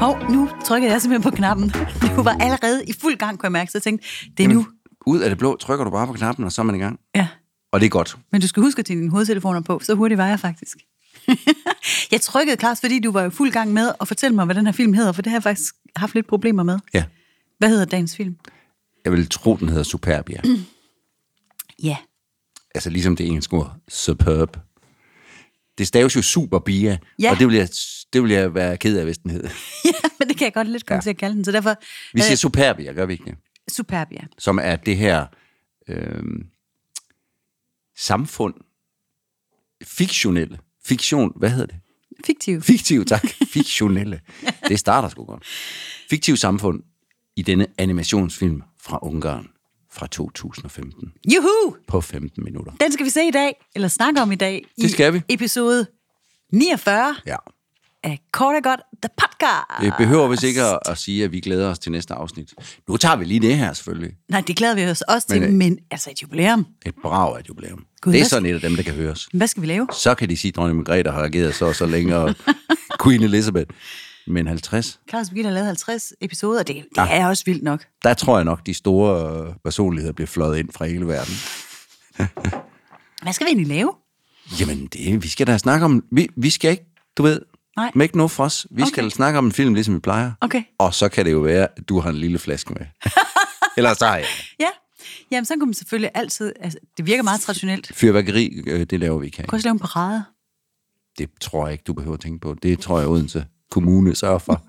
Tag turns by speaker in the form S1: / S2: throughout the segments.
S1: Hov, nu trykkede jeg simpelthen på knappen. Du var allerede i fuld gang, kunne jeg mærke. Så jeg tænkte, det er nu.
S2: Ud af det blå trykker du bare på knappen, og så er man i gang.
S1: Ja.
S2: Og det er godt.
S1: Men du skal huske at tage dine hovedtelefoner på, så hurtigt var jeg faktisk. jeg trykkede, Claus, fordi du var jo fuld gang med at fortælle mig, hvad den her film hedder, for det har jeg faktisk haft lidt problemer med.
S2: Ja.
S1: Hvad hedder dagens film?
S2: Jeg vil tro, den hedder Superbia. Mm.
S1: Ja.
S2: Altså ligesom det engelske ord, superb. Det staves jo Superbia,
S1: Ja.
S2: og det vil, jeg, det vil jeg være ked af, hvis den hed.
S1: ja, men det kan jeg godt lidt komme ja. til at kalde den, så derfor...
S2: Vi siger
S1: øh,
S2: Superbia, gør vi ikke det?
S1: Superb, ja.
S2: Som er det her øh, samfund, fiktionelle, fiktion, hvad hedder det?
S1: Fiktiv.
S2: Fiktiv, tak. Fiktionelle. Det starter sgu godt. Fiktiv samfund i denne animationsfilm fra Ungarn fra 2015
S1: Juhu!
S2: på 15 minutter.
S1: Den skal vi se i dag, eller snakke om i dag. i
S2: Det skal vi.
S1: episode 49
S2: Ja.
S1: af Kort og Godt, The Podcast.
S2: Det behøver vist ikke at, at sige, at vi glæder os til næste afsnit. Nu tager vi lige det her selvfølgelig.
S1: Nej, det glæder vi os også til,
S2: Men,
S1: men,
S2: øh,
S1: men altså et jubilæum.
S2: Et brag af et jubilæum.
S1: Gud,
S2: Gud, det er
S1: hvad-
S2: sådan et af dem, der kan høres.
S1: Hvad skal vi lave?
S2: Så kan de sige, at dronning Margrethe har ageret så og så længe, og Queen Elizabeth. Men 50,
S1: Claus Birgitte har lavet 50 episoder, det, det
S2: Ah.
S1: er også vildt nok.
S2: der tror jeg nok, de store øh, personligheder bliver fløjet ind fra hele verden.
S1: Hvad skal vi egentlig lave?
S2: Jamen, det, vi skal da snakke om... Vi, vi skal ikke, du ved...
S1: Nej.
S2: Make no fuss. Vi okay. skal snakke om en film, ligesom vi plejer.
S1: Okay.
S2: Og så kan det jo være, at du har en lille flaske med. Ellers har jeg.
S1: Ja, jamen så kunne man selvfølgelig altid... Altså, det virker meget traditionelt.
S2: Fyrværkeri, øh, det laver vi ikke
S1: Kunne
S2: af.
S1: også lave en parade.
S2: Det tror jeg ikke, du behøver at tænke på. Det tror jeg, Odense Kommune sørger for.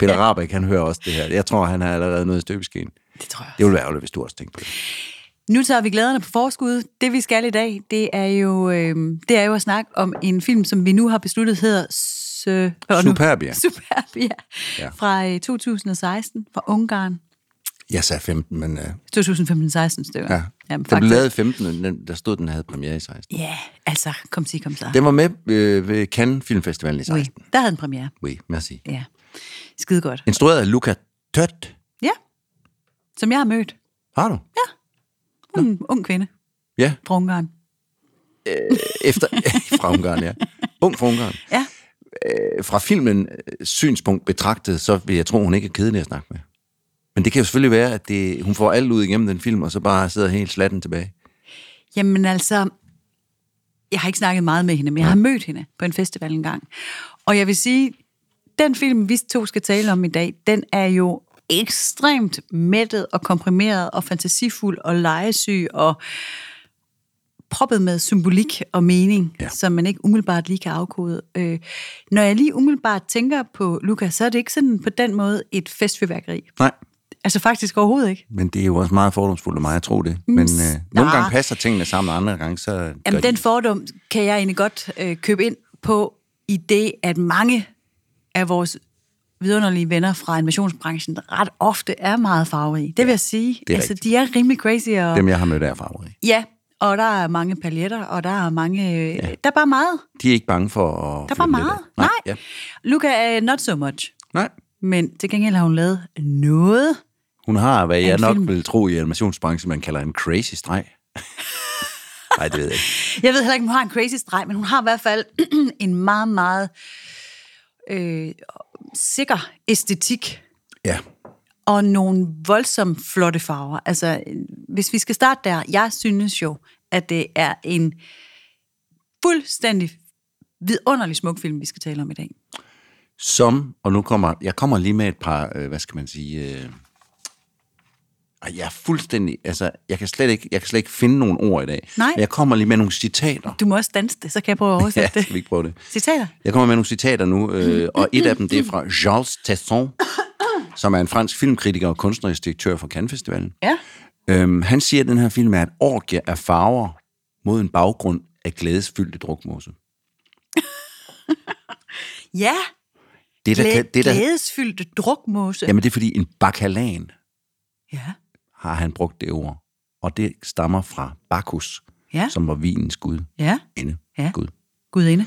S2: Peter Rabeck, han hører også det her. Jeg tror, han har allerede noget i støbeskeen.
S1: Det tror jeg
S2: Det ville være ærgerligt, hvis du også tænkte på det.
S1: Nu tager vi glæderne på forskud. Det vi skal i dag, det er jo, øh, det er jo at snakke om en film, som vi nu har besluttet hedder S- og nu-
S2: Superbia.
S1: Superbia ja.
S2: Ja.
S1: fra øh, 2016, fra Ungarn.
S2: Jeg sagde 15, men uh,
S1: 2015-16 stykker.
S2: ja.
S1: Jamen,
S2: Den blev
S1: faktisk.
S2: lavet i 15, men den, der stod, den havde premiere i 16.
S1: Ja, altså, kom sig, kom så.
S2: Den var med øh, ved Cannes Filmfestivalen i
S1: Oui.
S2: 16.
S1: Der havde den premiere.
S2: Oui, oui merci.
S1: Ja. Skide godt.
S2: Instrueret af Luca Tødt.
S1: Ja. Som jeg har mødt.
S2: Har du? Ja.
S1: Hun er en ung kvinde
S2: ja. Øh,
S1: fra Ungarn.
S2: Efter, fra Ungarn, ja. Ung fra Ungarn.
S1: Ja.
S2: Øh, Fra filmen øh, synspunkt betragtet, så vil jeg tro, hun ikke er kedelig at snakke med. Men det kan jo selvfølgelig være, at det, hun får alt ud igennem den film, og så bare sidder helt slatten tilbage.
S1: Jamen altså, jeg har ikke snakket meget med hende, men jeg har mødt hende på en festival engang. Og jeg vil sige, den film, vi to skal tale om i dag, den er jo ekstremt mættet og komprimeret og fantasifuld og legesyg og proppet med symbolik og mening, ja.
S2: Ja.
S1: som man ikke umiddelbart lige kan afkode. Øh, når jeg lige umiddelbart tænker på Lukas, så er det ikke sådan på den måde et festfyrværkeri.
S2: Nej,
S1: Altså faktisk overhovedet ikke.
S2: men det er jo også meget fordomsfuldt af mig, jeg tror det. Men øh, nogle gange passer tingene sammen, og andre gange så... gør
S1: Mm, Jamen,
S2: de-
S1: den fordom kan jeg egentlig godt øh, købe ind på i det, at mange af vores vidunderlige venner fra animationsbranchen ret ofte er meget farverige. Det vil jeg sige.
S2: det er
S1: altså,
S2: rigtigt.
S1: de er rimelig crazy. Og,
S2: Dem, jeg har mødt, er farverige.
S1: Ja, og der er mange paljetter, og der er mange... Øh, Der er bare meget.
S2: De er ikke bange for at...
S1: Der er bare
S2: fyre den lidt
S1: meget.
S2: af.
S1: Nej.
S2: Ja.
S1: Luca er not so much.
S2: Nej.
S1: Men til gengæld har hun lavet noget.
S2: Hun har, hvad jeg
S1: en
S2: nok
S1: film.
S2: vil tro i animationsbranchen, man kalder en crazy streg. Nej, det ved jeg ikke.
S1: Jeg ved heller ikke, om hun har en crazy streg, men hun har i hvert fald en meget, meget øh, sikker æstetik.
S2: Ja,
S1: og nogle voldsomt flotte farver. Altså, øh, hvis vi skal starte der, jeg synes jo, at det er en fuldstændig vidunderlig smuk film, vi skal tale om i dag.
S2: som, og nu kommer, jeg kommer lige med et par, øh, hvad skal man sige, øh, ej, jeg er fuldstændig, altså, jeg kan, slet ikke, jeg kan slet ikke finde nogle ord i dag.
S1: Nej.
S2: Men jeg kommer lige med nogle citater.
S1: Du må også danse det, så kan jeg prøve at
S2: Ja,
S1: oversætte
S2: skal vi
S1: det.
S2: ikke prøve det?
S1: Citater?
S2: Jeg kommer med nogle citater nu, øh, og et af dem, det er fra Charles Tasson, som er en fransk filmkritiker og kunstnerisk direktør for Cannes Festivalen.
S1: Ja.
S2: Øhm, han siger, at den her film er et orgie af farver mod en baggrund af glædesfyldte drukmose.
S1: Ja,
S2: Det, der, kan,
S1: glæ-
S2: det, der,
S1: glædesfyldte drukmose.
S2: jamen, det er fordi en bakalan
S1: Ja.
S2: har han brugt det ord. Og det stammer fra Bacchus,
S1: Ja.
S2: som var vinens gud.
S1: Ja.
S2: Inde.
S1: Ja.
S2: Gud.
S1: Gudinde.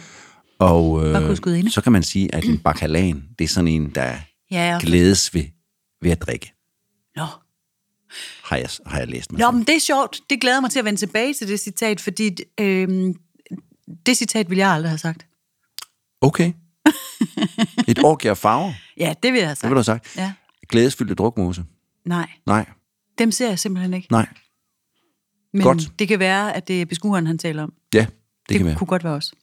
S2: Og
S1: Bacchus Mm. gudinde.
S2: øh, så kan man sige, at en bakalan, det er sådan en, der
S1: Ja, ja.
S2: glædes ved, ved at drikke,
S1: Nå.
S2: har jeg, har jeg læst mig.
S1: Nå,
S2: til.
S1: men det er sjovt. Det glæder jeg mig til at vende tilbage til det citat, fordi øh, det citat ville jeg aldrig have sagt.
S2: Okay. Et orgie af farver.
S1: Ja, det vil jeg have sagt.
S2: Det vil du have sagt.
S1: Ja.
S2: Glædesfyldte drukmose.
S1: Nej,
S2: Nej,
S1: dem ser jeg simpelthen ikke.
S2: nej.
S1: Men
S2: Godt.
S1: det kan være, at det er beskueren, han taler om. Det,
S2: Ja, det, det kan være.
S1: kunne godt være os.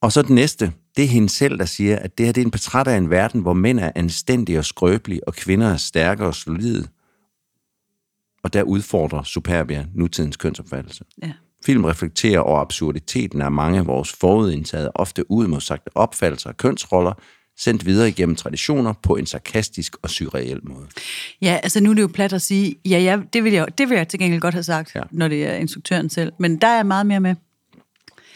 S2: Og så den næste, det er hende selv, der siger, at det her det er en portræt af en verden, hvor mænd er anstændige og skrøbelige, og kvinder er stærke og solide. Og der udfordrer Superbia nutidens kønsopfattelse.
S1: Ja.
S2: Film reflekterer over absurditeten af mange af vores forudindtagede, ofte uimodsagte opfattelser af kønsroller, sendt videre igennem traditioner på en sarkastisk og surreel måde.
S1: Ja, altså nu er det jo plat at sige, ja, ja det, vil jeg, det vil jeg til gengæld godt have sagt,
S2: Ja.
S1: ja. når det er instruktøren selv. Men der er jeg meget mere med.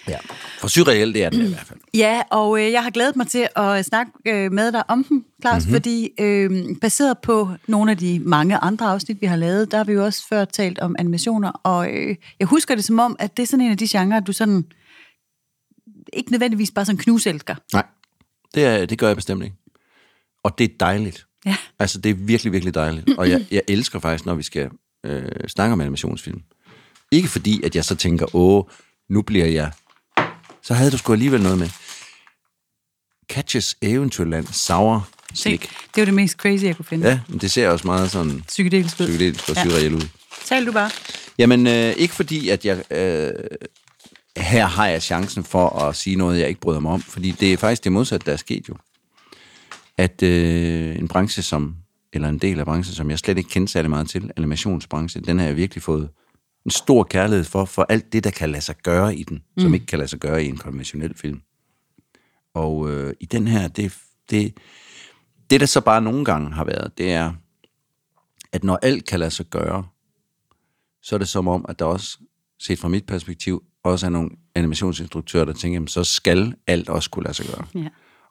S2: Ja. For surreel, det er den i hvert fald.
S1: Ja, og øh, jeg har glædet mig til at snakke øh, med dig om den, Claus,
S2: Mhm.
S1: mm-hmm. fordi øh, baseret på nogle af de mange andre afsnit, vi har lavet, der har vi jo også før talt om animationer, og øh, jeg husker det som om, at det er sådan en af de genrer, du sådan ikke nødvendigvis bare sådan knuselsker.
S2: Nej, det, er, det gør jeg bestemt ikke. Og det er dejligt.
S1: Ja.
S2: Altså, det er virkelig, virkelig dejligt. Og jeg, jeg elsker faktisk, når vi skal øh, snakke om animationsfilm. Ikke fordi, at jeg så tænker, åh, nu bliver jeg... Så havde du sgu alligevel noget med. Catches Eventyrland Sour
S1: Det,
S2: Slik.
S1: det er jo det mest crazy, jeg kunne finde. Ja.
S2: Ja, men det ser også meget sådan
S1: Psykedelisk ud.
S2: psykedelisk og
S1: Ja.
S2: surreal ud.
S1: Tal du bare.
S2: Jamen, øh, ikke fordi, at jeg... Øh, her har jeg chancen for at sige noget, jeg ikke bryder mig om. Fordi det er faktisk det modsatte, der er sket jo. At øh, en branche som, eller en del af branchen, som jeg slet ikke kendte særlig meget til, animationsbranchen, den har jeg virkelig fået en stor kærlighed for, for alt det, der kan lade sig gøre i den, mm. som ikke kan lade sig gøre i en konventionel film. Og øh, i den her, det, det, det, der så bare nogle gange har været, det er, at når alt kan lade sig gøre, så er det som om, at der også, set fra mit perspektiv, også er nogle animationsinstruktører, der tænker, jamen, så skal alt også kunne lade sig gøre.
S1: Ja.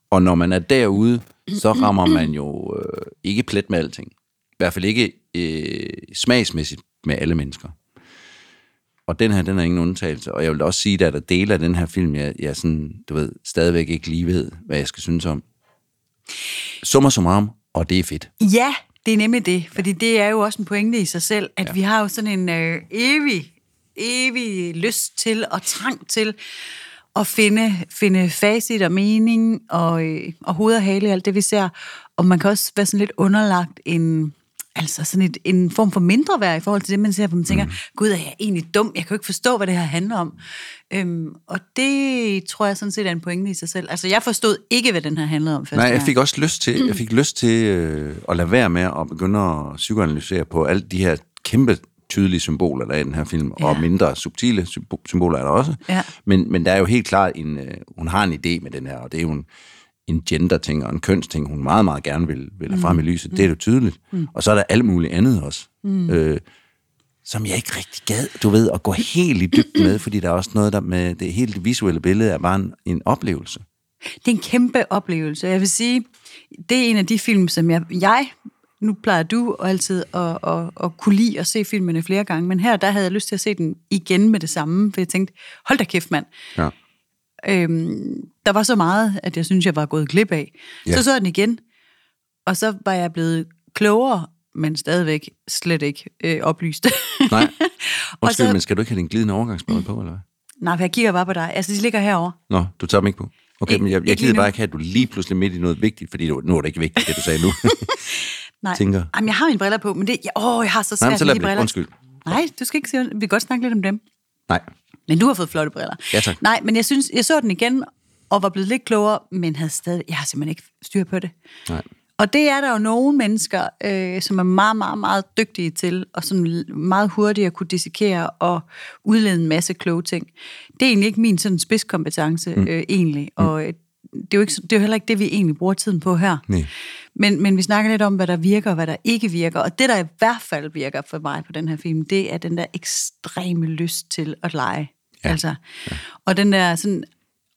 S2: Og når man er derude, så rammer man jo øh, ikke plet med alting. I hvert fald ikke øh, smagsmæssigt med alle mennesker. Og den her, den er ingen undtagelse. Og jeg vil også sige, at der er dele af den her film, jeg, jeg sådan, du ved, stadigvæk ikke lige ved, hvad jeg skal synes om. Summer summarum, og det er fedt.
S1: Ja, det er nemlig det, fordi det er jo også en pointe i sig selv, at ja. vi har jo sådan en øh, evig, evig lyst til og trang til at finde, finde facit og mening og, øh, og hoved og hale i alt det, vi ser. Og man kan også være sådan lidt underlagt en, altså sådan et, en form for mindre værd i forhold til det, man ser, hvor man tænker, mm. gud, er jeg egentlig dum? Jeg kan jo ikke forstå, hvad det her handler om. Øhm, og det tror jeg sådan set er en pointe i sig selv. Altså, jeg forstod ikke, hvad den her handlede om først.
S2: Nej, jeg fik også lyst til, jeg fik lyst til øh, at lade være med at begynde at psykoanalysere på alle de her kæmpe tydelige symboler, der er i den her film, ja. og
S1: Ja.
S2: mindre subtile symbo- symboler er der også.
S1: Ja.
S2: Men, men der er jo helt klart en, øh, hun har en idé med den her, og det er jo en, en gender-ting og en kønsting, hun meget, meget gerne vil, vil have frem i lyset. Det er jo tydeligt. Mm. Og så er der alt muligt andet også. Mm. Øh, som jeg ikke rigtig gad, du ved, at gå helt i dybden med, fordi der er også noget der med det helt visuelle billede er bare en, en oplevelse.
S1: Det er en kæmpe oplevelse. Jeg vil sige, det er en af de film, som jeg... jeg nu plejer du altid at, at, at kunne lide at se filmene flere gange, men her der havde jeg lyst til at se den igen med det samme, for jeg tænkte, hold da kæft mand,
S2: Ja.
S1: øhm, der var så meget, at jeg synes, jeg var gået glip af.
S2: Ja.
S1: Så så jeg den igen, og så var jeg blevet klogere, men stadigvæk slet ikke øh, oplyst.
S2: Nej.
S1: og
S2: Undskyld, så...
S1: så,
S2: men skal du ikke have din glidende overgangsmåde på, eller hvad?
S1: nej, for jeg kigger bare på dig. Altså, de ligger herovre.
S2: Nå, du tager dem ikke på. Okay,
S1: Ikke-
S2: men jeg, jeg
S1: ikke lige
S2: gider bare
S1: nu.
S2: ikke have, at du lige pludselig midt i noget vigtigt, fordi du, nu er det ikke vigtigt, det du sagde nu.
S1: Nej.
S2: Tænker.
S1: Jamen, jeg har mine briller på, men det... Jeg, åh, jeg har så
S2: Nej,
S1: svært
S2: men så
S1: med
S2: lad
S1: de
S2: dem ligge.
S1: briller.
S2: Undskyld.
S1: Nej, du skal ikke sige, vi kan godt snakke lidt om dem.
S2: Nej.
S1: Men du har fået flotte briller.
S2: Ja, tak.
S1: Nej, men jeg synes, jeg så den igen, og var blevet lidt klogere, men havde stadig, jeg har simpelthen ikke styr på det.
S2: Nej.
S1: Og det er der jo nogle mennesker, øh, som er meget, meget, meget dygtige til, og som l- meget hurtigt at kunne dissekere og udlede en masse kloge ting. Det er egentlig ikke min sådan spidskompetence, mm. øh, egentlig. Og øh, det er, jo ikke, så- det er jo heller ikke det, vi egentlig bruger tiden på her.
S2: Nej.
S1: Men, men vi snakker lidt om, hvad der virker og hvad der ikke virker. Og det, der i hvert fald virker for mig på den her film, det er den der ekstreme lyst til at lege. Ja. Altså, ja. Og den der sådan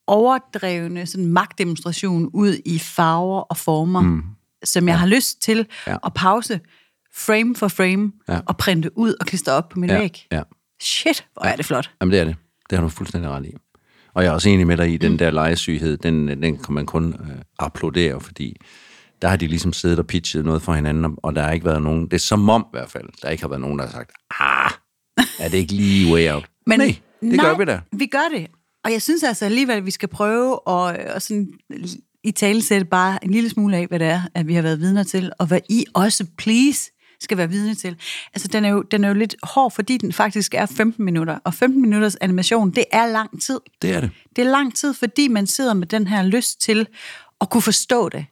S1: overdrevne sådan magtdemonstration ud i farver og former, mm. som jeg ja. har lyst til
S2: Ja.
S1: ja. at pause frame for frame
S2: Ja.
S1: ja. og printe ud og klistre op på min
S2: Ja,
S1: væg.
S2: ja.
S1: Shit, hvor er det flot.
S2: Jamen, det er det. Det har du fuldstændig ret i. Og jeg er også enig med dig i,
S1: Mm.
S2: den der legesyghed, den, den kan man kun øh, applaudere, fordi der har de ligesom siddet og pitchet noget for hinanden, og- og der har ikke været nogen, det er som om i hvert fald, der ikke har været nogen, der har sagt, ah, er det ikke lige way out? Men, nej, det nej. gør vi da.
S1: Vi gør det. Og jeg synes altså alligevel, at vi skal prøve at, at sådan i tale sætte bare en lille smule af, hvad det er, at vi har været vidner til, og hvad I også, please, skal være vidne til. Altså, den er, jo, den er jo lidt hård, fordi den faktisk er 15 minutter, og 15 minutters animation, det er lang tid.
S2: Det er det.
S1: Det er lang tid, fordi man sidder med den her lyst til at kunne forstå det.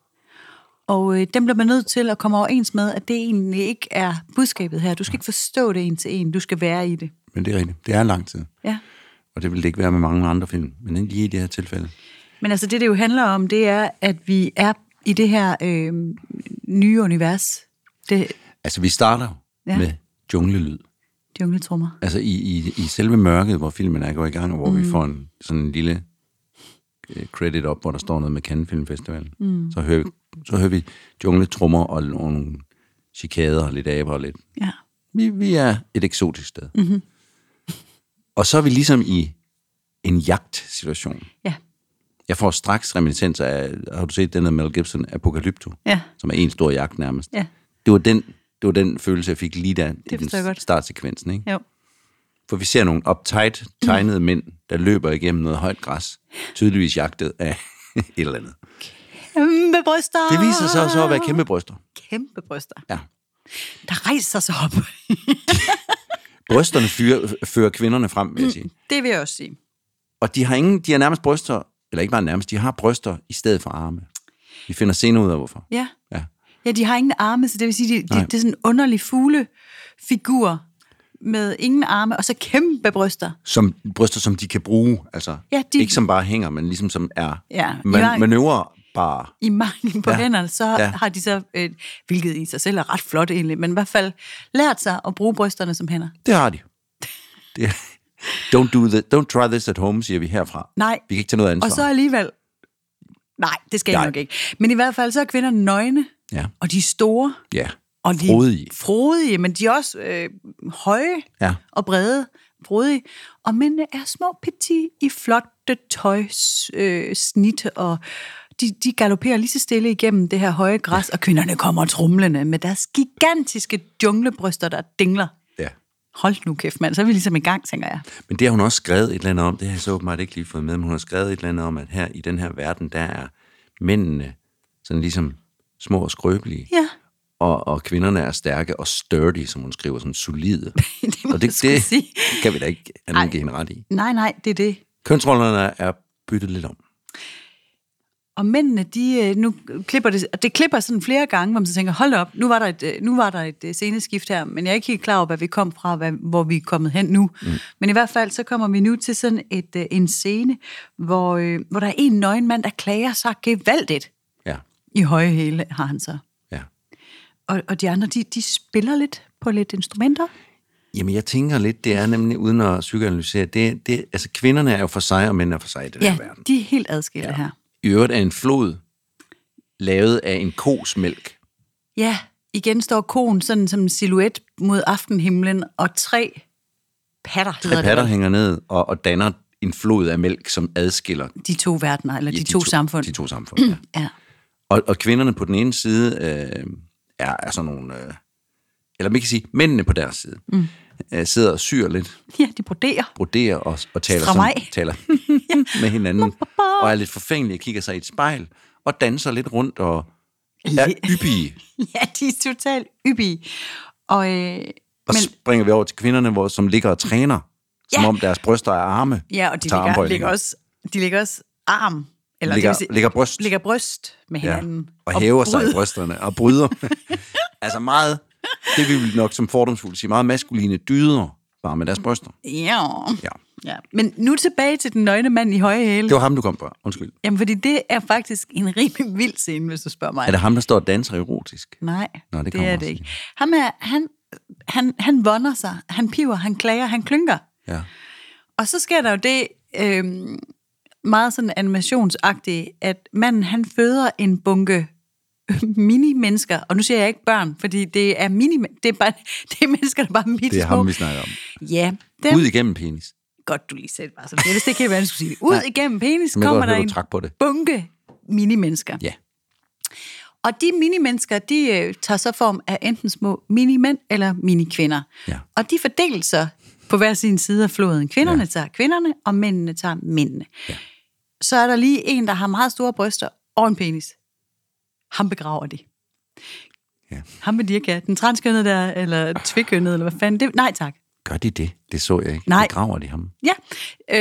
S1: Og øh, dem bliver man nødt til at komme overens med, at det egentlig ikke er budskabet her. Du skal ikke forstå det en til en, du skal være i det.
S2: Men det er rigtigt. Det er lang tid.
S1: Ja.
S2: Og det vil det ikke være med mange andre film. Men ikke lige i det her tilfælde.
S1: Men altså det, det jo handler om, det er, at vi er i det her øh, nye univers. Det
S2: Altså, vi starter
S1: Ja.
S2: ja. med junglelyd.
S1: jungletrummer.
S2: Altså, i, i, i selve mørket, hvor filmen er gået i gang, og hvor mm. vi får en sådan en lille øh, credit op, hvor der står noget med Cannes Film Festival. Mm. Så, hører, vi- så hører vi jungletrummer og nogle chikader og lidt aber og lidt
S1: Ja.
S2: Vi, vi er et eksotisk sted. Mm-hmm. Og så er vi ligesom i en jagtsituation.
S1: Ja.
S2: Jeg får straks reminiscenser af, har du set den der Mel Gibson, Apocalypto,
S1: Ja.
S2: som er en stor jagt nærmest.
S1: Ja.
S2: Det, var den, det var den følelse, jeg fik lige da i den
S1: forstår jeg godt.
S2: startsekvensen. Ikke?
S1: Jo.
S2: For vi ser nogle uptight, tegnede
S1: Mm.
S2: mænd, der løber igennem noget højt græs, tydeligvis jagtet af et eller andet.
S1: Kæmpe bryster!
S2: Det viser sig så at være kæmpe bryster.
S1: Kæmpe bryster.
S2: Ja.
S1: Der rejser sig op.
S2: Brysterne fyrer, fører kvinderne frem, vil jeg sige.
S1: Det vil jeg også sige.
S2: Og de har, ingen, de har nærmest bryster, eller ikke bare nærmest, de har bryster i stedet for arme. Vi finder senere ud af, hvorfor.
S1: Ja.
S2: Ja.
S1: Ja, de har ingen arme, så det vil sige, de, de,
S2: Nej.
S1: det er sådan en underlig fuglefigur med ingen arme, og så kæmpe bryster.
S2: Som, bryster, som de kan bruge, altså
S1: Ja, de-
S2: ikke som bare hænger, men ligesom som er
S1: Ja, i
S2: man,
S1: vej.
S2: manøvrebare.
S1: i mangel på ja.
S2: Ja.
S1: hænder, så ja.
S2: Ja.
S1: har de så, øh, hvilket i sig selv er ret flot egentlig, men i hvert fald lært sig at bruge brysterne som hænder.
S2: Det har de. Det, don't, do the, don't try this at home, siger vi herfra.
S1: Nej.
S2: Vi kan ikke tage noget ansvar.
S1: Og så alligevel, nej, det skal jeg
S2: Nej.
S1: nok ikke. Men i hvert fald så er kvinderne nøgne,
S2: Ja.
S1: og de er store,
S2: Ja.
S1: og de
S2: Frodige.
S1: er frodige, men de er også øh, høje
S2: Ja.
S1: og brede, frodige. Og mændene er små petit i flotte tøjs, øh, snit, og de, de galopperer lige så stille igennem det her høje græs, og kvinderne kommer trumlende med deres gigantiske junglebryster, der dingler.
S2: ja.
S1: Hold nu kæft, mand, så er vi ligesom i gang, tænker jeg.
S2: Men det har hun også skrevet et eller andet om. Det har jeg så åbenbart ikke lige fået med, men hun har skrevet et eller andet om, at her i den her verden, der er mændene sådan ligesom små og skrøbelige.
S1: Ja,
S2: og, og kvinderne er stærke og sturdy, som hun skriver, sådan solide.
S1: det må
S2: og
S1: det, jeg
S2: det,
S1: skulle
S2: det
S1: det. sige.
S2: kan vi da ikke andet give hende ret i.
S1: Nej, nej, det er det.
S2: Kønsrollerne er byttet lidt om.
S1: Og mændene, de, øh, nu klipper det, og det klipper sådan flere gange, hvor man så tænker, hold da op, nu var der et, øh, nu var der et øh, sceneskift her, men jeg er ikke helt klar over, hvad vi kom fra, og hvad, hvor vi er kommet hen nu. Mm. Men i hvert fald, så kommer vi nu til sådan et, øh, en scene, hvor, øh, hvor der er en nøgen mand, der klager sig gevaldigt
S2: Ja,
S1: i høje hæle, har han så.
S2: ja.
S1: Og, og de andre, de, de spiller lidt på lidt instrumenter.
S2: Jamen, jeg tænker lidt, det er nemlig, uden at psykoanalysere, det, det, altså kvinderne er jo for sig, og mænd er for sig i den
S1: Ja,
S2: her verden.
S1: de er helt adskilte ja. her.
S2: I øvrigt er en flod lavet af en kos mælk.
S1: Ja, igen står konen sådan som en silhuet mod aftenhimlen, og tre patter, hedder
S2: Tre
S1: det
S2: patter
S1: vel,
S2: hænger ned og, og danner en flod af mælk, som adskiller
S1: de to verdener, eller
S2: ja,
S1: de, to, samfund.
S2: De to samfund, ja.
S1: Ja.
S2: Og, og kvinderne på den ene side øh, er, er sådan nogle... Øh, eller man kan sige, mændene på deres side mm. øh, sidder og syr lidt,
S1: ja, de broderer.
S2: broderer og, og taler,
S1: Stramaj.
S2: taler med hinanden, og er lidt forfængelige og kigger sig i et spejl, og danser lidt rundt og er yppige.
S1: Ja, de er totalt yppige. Og øh,
S2: Og
S1: Men-
S2: Men, springer vi over til kvinderne, hvor, som ligger og træner, som
S1: Ja.
S2: om deres bryster er arme.
S1: ja, og de
S2: til
S1: ligger,
S2: armbøjninger.
S1: ligger, også, de ligger også arm, eller
S2: ligger,
S1: det vil sige,
S2: ligger bryst.
S1: ligger bryst med
S2: Ja.
S1: hinanden.
S2: Og, og hæver sig
S1: bryder.
S2: i brysterne og bryder. altså meget, det vi vil nok som fordomsfuldt sige, meget maskuline dyder, bare med deres bryster.
S1: Ja.
S2: Ja.
S1: ja. Men nu tilbage til den nøgne mand i høje hæle.
S2: Det var ham, du kom fra. Undskyld.
S1: Jamen, fordi det er faktisk en rimelig vild scene, hvis du spørger mig.
S2: Er det ham, der står og danser erotisk?
S1: Nej,
S2: Nå, det
S1: det
S2: kommer
S1: er
S2: også
S1: det ikke.
S2: lige.
S1: Ham er, han, han, han vonder sig, han piver, han klager, han klynker.
S2: Ja.
S1: Og så sker der jo det øh, meget sådan animationsagtige, at manden han føder en bunke mini-mennesker, og nu siger jeg ikke børn, fordi det er mini det er, bare, det er mennesker, der bare er
S2: Det
S1: bitte
S2: er
S1: små.
S2: ham, vi snakker om.
S1: Ja, dem,
S2: Ud igennem penis.
S1: godt du lige selv var sådan. Jeg vidste ikke helt, hvad jeg skulle sige. Ud igennem penis
S2: Men jeg
S1: kommer
S2: godt
S1: der
S2: høre,
S1: en
S2: du trak på det.
S1: bunke mini-mennesker.
S2: Ja.
S1: Og de minimennesker, de øh, tager så form af enten små minimænd eller minikvinder.
S2: Ja.
S1: Og de fordeles så på hver sin side af floden. Kvinderne ja.
S2: Ja.
S1: tager kvinderne, og mændene tager mændene. Ja. Så er der lige en, der har meget store bryster, og en penis. Ham begraver de.
S2: Ja.
S1: Ham vil de ikke have. Den transkønnede der, eller tvikønnede, eller hvad fanden. Det, nej tak.
S2: Gør de det? Det så jeg ikke.
S1: Nej.
S2: Begraver de ham?
S1: Ja,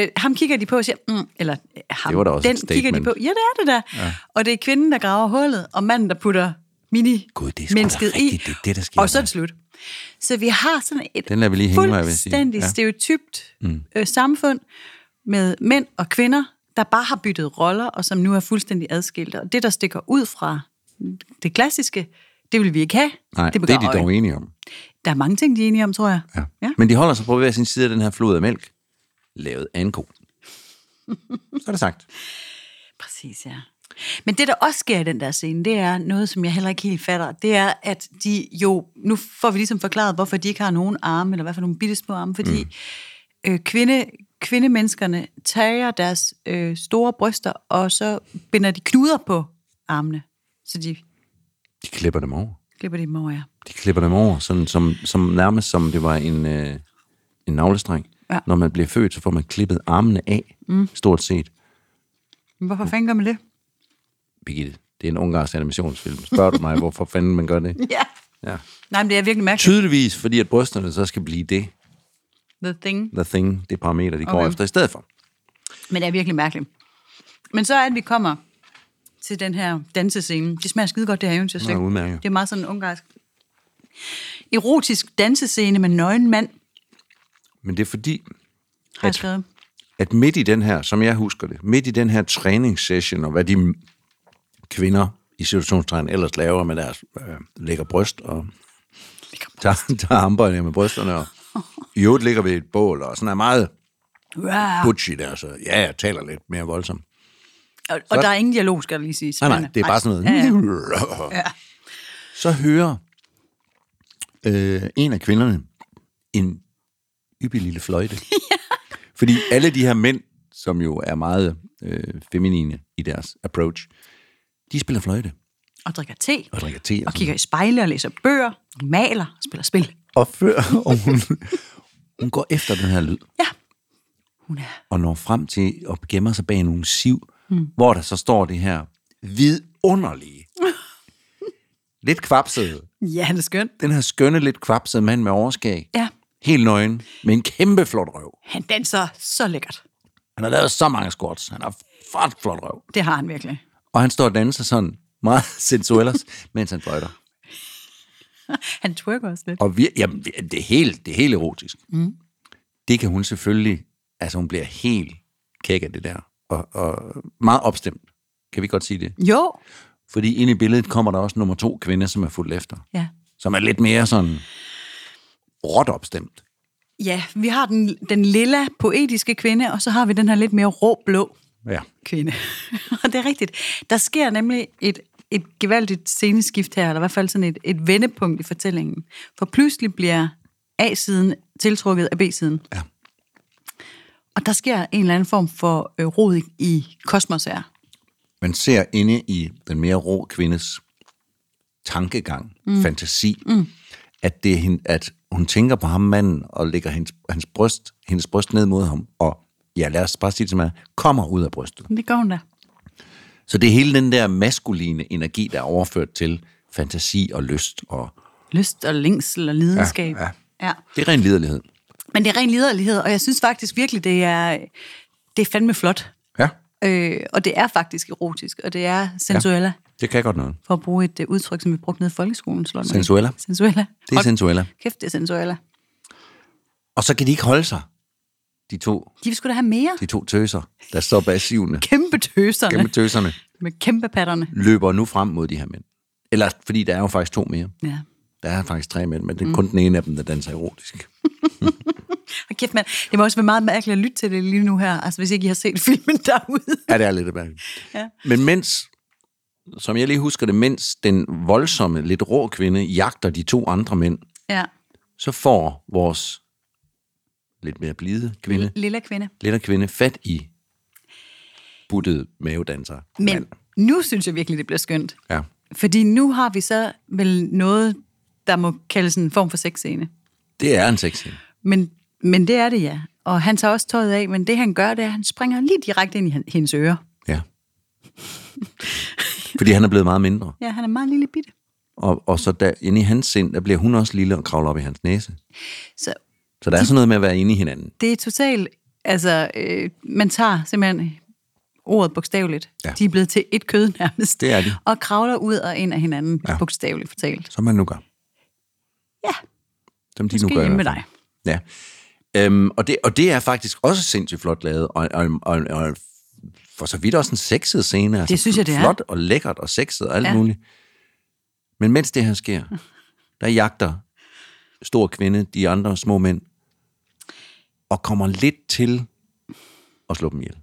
S1: øh, ham kigger de på og siger, mm, eller øh, ham,
S2: Det var da også
S1: den
S2: et
S1: kigger de
S2: statement.
S1: på. Ja, det er det der. Ja. Og det er kvinden, der graver hullet, og manden, der putter mini
S2: Gud, det er sgu da
S1: mennesket i.
S2: rigtigt. Det er det, der sker
S1: og så er
S2: der.
S1: det slut. Så vi har sådan et
S2: Den lader vi lige hænge, må jeg vel sige.
S1: fuldstændig
S2: Ja.
S1: stereotypt mm. øh, samfund med mænd og kvinder, der bare har byttet roller, og som nu er fuldstændig adskilte. Og det, der stikker ud fra det klassiske, det vil vi ikke have.
S2: Nej, det, det er
S1: begraver
S2: de
S1: vi.
S2: dog enige om.
S1: Der er mange ting, de er enige om, tror jeg.
S2: Ja.
S1: ja.
S2: ja. Men de holder sig på hver sin side af den her flod af mælk, lavet af en ko. Så er det sagt.
S1: Præcis, ja. Men det, der også sker i den der scene, det er noget, som jeg heller ikke helt fatter. Det er, at de jo... Nu får vi ligesom forklaret, hvorfor de ikke har nogen arme, eller i hvert fald nogle bitte små arme, fordi mm. øh, kvinde, kvindemenneskerne tager deres øh, store bryster, og så binder de knuder på armene, så de
S2: De klipper dem over.
S1: klipper dem over jer.
S2: De klipper dem over, sådan som, som nærmest som det var en, øh, en navlestreng.
S1: Ja.
S2: Når man bliver født, så får man klippet armene af, mm. stort set.
S1: Men hvorfor fanden gør man det?
S2: Birgitte, det er en ungarsk animationsfilm. Spørger du mig, hvorfor fanden man gør det?
S1: Ja.
S2: Ja.
S1: Nej, men det er virkelig mærkeligt.
S2: Tydeligvis, fordi at brysterne så skal blive det,
S1: The thing.
S2: the thing, det parameter, de okay. går
S1: Okay.
S2: efter i stedet for.
S1: Men det er virkelig mærkeligt. Men så er det, at vi kommer til den her dansescene. Det smager skide godt, det her eventyrslik.
S2: Ja, udmærket.
S1: Det er meget sådan ungarsk. Erotisk dansescene med nøgen mand,
S2: Men det er fordi,
S1: har jeg skrevet.
S2: at midt i den her, som jeg husker det, midt i den her træningssession, og hvad de kvinder i situationstegn ellers laver med deres øh, lækker bryst, og tager, tager armbøjninger med brysterne, og i øvrigt ligger ved et bål, og sådan er meget
S1: Wow.
S2: butchy der, så ja, jeg taler lidt mere voldsomt.
S1: Og, og der er ingen dialog, skal jeg lige sige.
S2: Nej, nej, det er bare sådan
S1: Ja, ja.
S2: noget. Ja, ja. Så hører øh, en af kvinderne en yppig lille fløjte. Fordi alle de her mænd, som jo er meget øh, feminine i deres approach, de spiller fløjte
S1: Og drikker te,
S2: og drikker te. Og,
S1: og kigger i spejle og læser bøger, maler og spiller spil.
S2: og, før, og hun, hun går efter den her lyd
S1: Ja, hun er
S2: og når frem til og gemmer sig bag nogle siv, mm. hvor der så står det her vidunderlige, lidt kvapsede,
S1: Ja, han er skøn.
S2: den her skønne, lidt kvapsede mand med overskæg.
S1: Ja.
S2: Helt nøgen, med en kæmpe flot røv.
S1: Han danser så lækkert.
S2: Han har lavet så mange squats. Han har flot, flot røv.
S1: Det har han virkelig.
S2: Og han står og danser sådan meget sensuelt, mens han fløjter.
S1: Han twerker også lidt.
S2: Og vi, jamen, vi- det, er helt, det er helt erotisk. Mm. Det kan hun selvfølgelig... Altså, hun bliver helt kæk af det der. Og, og meget opstemt. Kan vi godt sige det?
S1: Jo.
S2: Fordi ind i billedet kommer der også nummer to kvinde, som er fuldt efter.
S1: Ja.
S2: Som er lidt mere sådan råt opstemt.
S1: Ja, vi har den, den lilla poetiske kvinde, og så har vi den her lidt mere rå-blå
S2: Ja.
S1: kvinde. og det er rigtigt. Der sker nemlig et, et gevaldigt sceneskift her, eller i hvert fald sådan et, et vendepunkt i fortællingen. For pludselig bliver A-siden tiltrukket af B-siden.
S2: Ja.
S1: Og der sker en eller anden form for øh, rod i, i kosmos her.
S2: man ser inde i den mere rå kvindes tankegang, mm. fantasi, mm. At, det er hende, at hun tænker på ham manden og lægger hendes, hans bryst, hendes bryst ned mod ham, og ja, lad os bare sige det som er, kommer ud af brystet.
S1: Men det gør hun da.
S2: Så det er hele den der maskuline energi, der er overført til fantasi og lyst, og
S1: Lyst og længsel og lidenskab.
S2: ja.
S1: ja.
S2: det er ren liderlighed.
S1: Men det er ren liderlighed, og jeg synes faktisk virkelig, det er, det er fandme flot.
S2: Ja,
S1: Øh, og det er faktisk erotisk, og det er sensuella, ja.
S2: det kan godt noget.
S1: for at bruge et uh, udtryk, som vi brugte nede i folkeskolen. slår det mig.
S2: Sensuella.
S1: Sensuella.
S2: Det er sensuella.
S1: Kæft, det er sensuella.
S2: Og så kan de ikke holde sig, de to,
S1: De vil sgu da have mere.
S2: de to tøser, der står bag sivene.
S1: Kæmpe tøserne
S2: Gennem
S1: kæmpe.
S2: tøserne
S1: med kæmpe patterne.
S2: løber nu frem mod de her mænd. Eller, fordi der er jo faktisk to mere.
S1: Ja.
S2: Der er faktisk tre mænd, men det er
S1: Mm.
S2: kun den ene af dem, der danser erotisk.
S1: Og kæft, mand. Det må også være meget mærkeligt at lytte til det lige nu her, altså hvis ikke I har set filmen derude.
S2: Ja, det er lidt mærkeligt.
S1: Ja.
S2: Men mens, som jeg lige husker det, mens den voldsomme, lidt rå kvinde jagter de to andre mænd,
S1: Ja.
S2: så får vores lidt mere blide kvinde,
S1: Lilla kvinde.
S2: lidt kvinde, fat i buttet mavedanser.
S1: Men nu synes jeg virkelig, det bliver skønt.
S2: Ja.
S1: Fordi nu har vi så vel noget, der må kaldes en form for sexscene.
S2: Det er en sexscene.
S1: Men, men det er det, ja. Og han tager også tøjet af, men det han gør, det er, at han springer lige direkte ind i hen- hendes ører.
S2: Ja. Fordi han er blevet meget mindre.
S1: Ja, han er meget lille bitte.
S2: Og, og så der, inde i hans sind, der bliver hun også lille og kravler op i hans næse.
S1: Så
S2: Så der er sådan noget med at være inde i hinanden.
S1: det er totalt... Altså, øh, man tager simpelthen ordet bogstaveligt.
S2: Ja.
S1: Ja. De er blevet til et kød nærmest.
S2: Det er de.
S1: Og kravler ud og ind af hinanden,
S2: Ja.
S1: ja. bogstaveligt fortalt.
S2: Som man nu gør.
S1: Ja,
S2: Som de
S1: måske
S2: nu gør. i
S1: hjemme med
S2: hvert
S1: dig.
S2: fald. Ja. Øhm, og, det, og det er faktisk også sindssygt flot lavet, og, og, og, og for så vidt også en sexet scene. Det altså,
S1: synes jeg, det er.
S2: Flot og lækkert og sexet og alt ja.
S1: Ja.
S2: muligt. Men mens det her sker, der jagter stor kvinde de andre små mænd, og kommer lidt til at slå dem ihjel.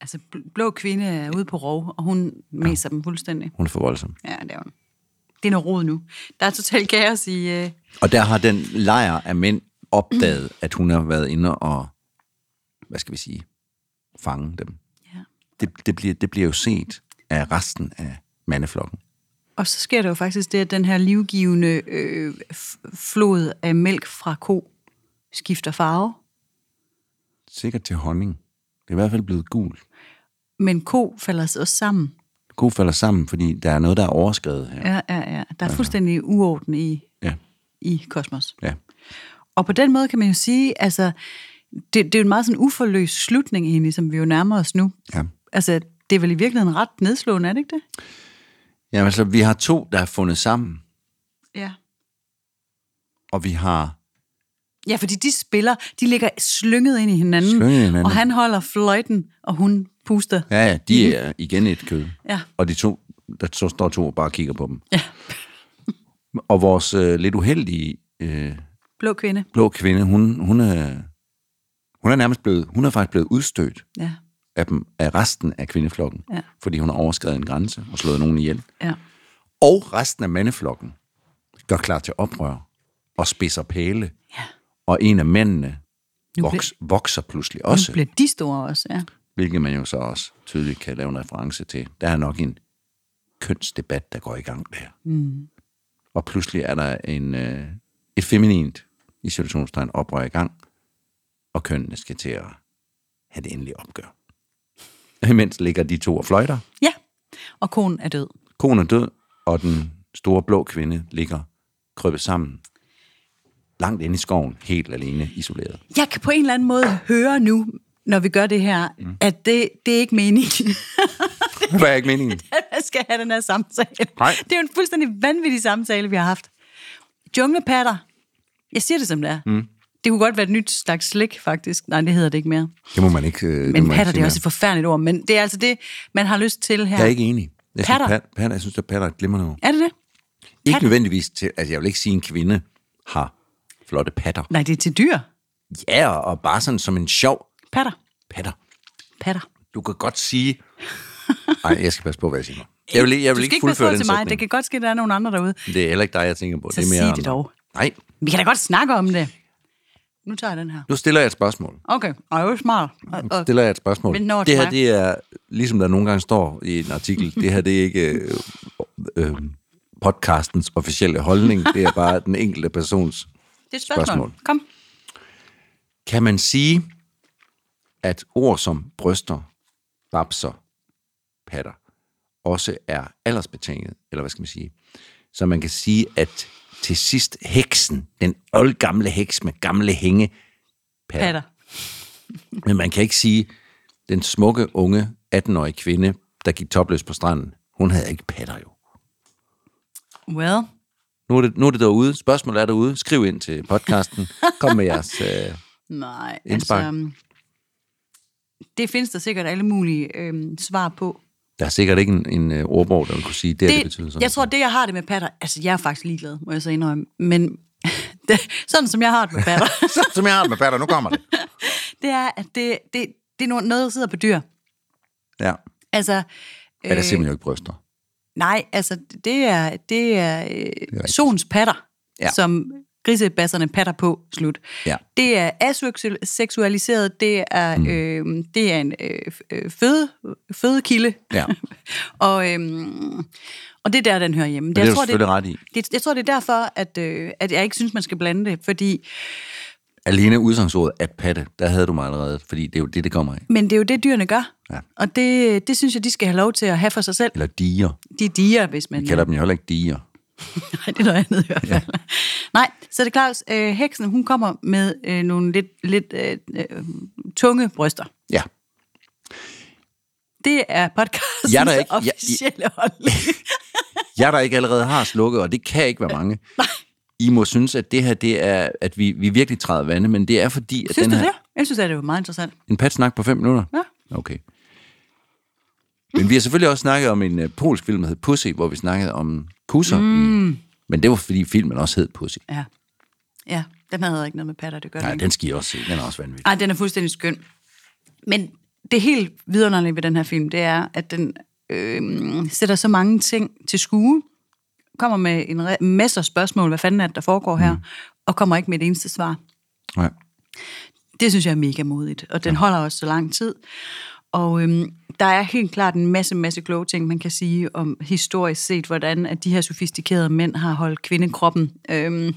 S1: Altså, bl- blå kvinde er ude på rov, og hun mæser dem fuldstændig.
S2: Hun er for voldsom.
S1: Ja, det er hun. Det er noget rod nu. Der er totalt kaos i... Øh,
S2: Og der har den lejr af mænd opdaget, at hun har været inde og, hvad skal vi sige, fange dem.
S1: ja.
S2: Det, det, bliver, det bliver jo set af resten af mandeflokken.
S1: Og så sker der jo faktisk det, at den her livgivende øh, f- flod af mælk fra ko skifter farve.
S2: Sikkert til honning. Det er i hvert fald blevet gul.
S1: Men ko falder så også sammen.
S2: Ko falder sammen, fordi der er noget, der er overskrevet her.
S1: Ja, ja, ja. Der er fuldstændig uorden i,
S2: Ja.
S1: i kosmos.
S2: ja.
S1: Og på den måde kan man jo sige, altså, det, det er jo en meget sådan uforløs slutning egentlig, som vi jo nærmer os nu.
S2: ja.
S1: Altså, det er vel i virkeligheden ret nedslående, er det ikke det?
S2: Jamen, altså, vi har to, der er fundet sammen,
S1: Ja.
S2: og vi har...
S1: Ja, fordi de spiller, de ligger slynget ind i hinanden,
S2: Slynget i hinanden.
S1: og han holder fløjten, og hun puster.
S2: Ja, ja, de er igen et kød.
S1: Ja.
S2: Og de to, der så står to og bare kigger på dem. Ja. og vores øh, lidt uheldige øh,
S1: Blå kvinde.
S2: blå kvinde, hun, hun, er, hun er nærmest blevet, hun er faktisk blevet udstødt
S1: Ja,
S2: af, dem, af resten af kvindeflokken,
S1: Ja.
S2: fordi hun har overskrevet en grænse og slået nogen ihjel.
S1: ja.
S2: Og resten af mandeflokken gør klar til oprør og spidser pæle.
S1: Ja.
S2: Og en af mændene
S1: Nu
S2: voks, vokser pludselig også,
S1: Nu bliver de store også, ja.
S2: hvilket man jo så også tydeligt kan lave en reference til. Der er nok en kønsdebat, der går i gang der. Mm. Og pludselig er der en, øh, et feminint, i situationstegn, oprør i gang, og kønnene skal til at have det endelige opgør. Imens ligger de to og fløjter.
S1: Ja, og konen er død.
S2: Konen er død, og den store blå kvinde ligger krøbet sammen. Langt inde i skoven, helt alene, isoleret.
S1: Jeg kan på en eller anden måde høre nu, når vi gør det her, mm. at det, det er ikke meningen,
S2: Det var ikke meningen.
S1: at jeg skal have den her samtale.
S2: Nej.
S1: Det er jo en fuldstændig vanvittig samtale, vi har haft. Junglepatter. Jeg siger det som det er. Mm. Det kunne godt være et nyt slags slik, faktisk. Nej, det hedder det ikke mere.
S2: Det må man ikke... Øh,
S1: Men patter, det er også et forfærdeligt ord. Men det er altså det, man har lyst til her.
S2: Jeg er ikke enig. Jeg synes,
S1: Patter.
S2: pat, patter, jeg synes, at patter er et glimrende ord.
S1: Er det det?
S2: Ikke nødvendigvis til... Altså, jeg vil ikke sige, at en kvinde har flotte patter.
S1: Nej, det er til dyr.
S2: Ja, og, og bare sådan som en sjov
S1: Patter.
S2: patter.
S1: Patter.
S2: Du kan godt sige... Nej, jeg skal passe på, hvad jeg siger. Jeg vil, ikke- jeg
S1: Du
S2: vil
S1: skal
S2: ikke
S1: ikke passe på
S2: fuldføre den
S1: til mig. Det
S2: sætning.
S1: kan godt ske, at der er nogen andre derude.
S2: Det er heller ikke dig, jeg tænker på.
S1: Så
S2: det er mere
S1: sig det
S2: andre.
S1: dog.
S2: Nej,
S1: Vi kan da godt snakke om det. Nu tager jeg den her.
S2: nu stiller jeg et spørgsmål.
S1: Okay, og jeg er jo smart. Og,
S2: Nu
S1: og,
S2: stiller jeg et spørgsmål.
S1: Men når
S2: det her,
S1: tak.
S2: det er, ligesom der nogle gange står i en artikel, det her, det er ikke øh, øh, podcastens officielle holdning, det er bare den enkelte persons.
S1: det er et spørgsmål.
S2: spørgsmål.
S1: spørgsmål. Kom.
S2: Kan man sige, at ord som bryster, babser, patter, også er aldersbetinget, eller hvad skal man sige? Så man kan sige, at til sidst heksen, den oldgamle heks med gamle hænge, patter.
S1: Patter.
S2: Men man kan ikke sige, den smukke, unge, 18-årige kvinde, der gik topløs på stranden, hun havde ikke patter jo.
S1: Well,
S2: Nu er, det, nu er det derude. Spørgsmålet er derude. Skriv ind til podcasten. Kom med jeres... Øh,
S1: nej.
S2: Indspark.
S1: Altså, det findes der sikkert alle mulige øhm, svar på.
S2: der er sikkert ikke en, en øh, ordbog, der vil kunne sige, det, det, det betyder sådan.
S1: jeg tror, det jeg har det med patter, altså jeg er faktisk ligeglad, må jeg så indrømme, men det, sådan som jeg har det med patter,
S2: Sådan som jeg har det med patter, nu kommer det.
S1: det er, at det, det, det er no- noget, der sidder på dyr.
S2: Ja,
S1: Altså,
S2: ja der ser man jo ikke bryster.
S1: nej, altså det er, det er, øh,
S2: rigtigt.
S1: solens patter,
S2: Ja.
S1: ja. som grisebasserne patter på, slut.
S2: Ja.
S1: Det er aseksualiseret, det er, mm. øh, det er en øh, f- øh, føde, fødekilde.
S2: Ja.
S1: og, øhm, og det er der, den hører hjemme.
S2: det er du selvfølgelig ret i.
S1: Det, jeg tror, det er derfor, at, øh, at jeg ikke synes, man skal blande det, fordi
S2: alene udsagsordet at patte, der havde du mig allerede, fordi det er jo det, det kommer af.
S1: Men det er jo det, dyrene gør.
S2: Ja.
S1: Og det, det synes jeg, de skal have lov til at have for sig selv.
S2: Eller diger.
S1: De diger, hvis man...
S2: Vi kalder dem jo heller ikke diger.
S1: Nej, det er noget andet i hvert fald. Ja. Nej, så det er Claus. Øh, heksen, hun kommer med øh, nogle lidt, lidt øh, øh, tunge bryster.
S2: Ja.
S1: Det er
S2: Jeg
S1: podcastens jeg
S2: er da
S1: ikke,
S2: ikke- jeg-
S1: officielle jeg, holdning.
S2: Jeg, der ikke allerede har slukket, og det kan ikke være mange. I må synes, at det her, det er, at vi, vi virkelig træder vande, men det er fordi, at
S1: Synes
S2: den
S1: du
S2: her...
S1: det? Jeg synes, at det er jo meget interessant.
S2: En patsnak på 5 minutter?
S1: Ja.
S2: Okay. Men vi har selvfølgelig også snakket om en uh, polsk film, der hed Pussy, hvor vi snakkede om kusser. Mm. I, men det var, fordi filmen også hed Pussy.
S1: Ja. Ja, den havde ikke noget med patter, det gør den
S2: Nej,
S1: ikke.
S2: den skal I også se. Den er også vanvittig.
S1: Ej, den er fuldstændig skøn. Men det helt vidunderlige ved den her film, det er, at den øh, sætter så mange ting til skue, kommer med en re- masse spørgsmål, hvad fanden er det, der foregår her, mm. og kommer ikke med et eneste svar.
S2: Nej.
S1: Det synes jeg er mega modigt, og den ja. holder også så lang tid. Og øhm, der er helt klart en masse, masse kloge ting, man kan sige om historisk set, hvordan at de her sofistikerede mænd har holdt kvindekroppen øhm,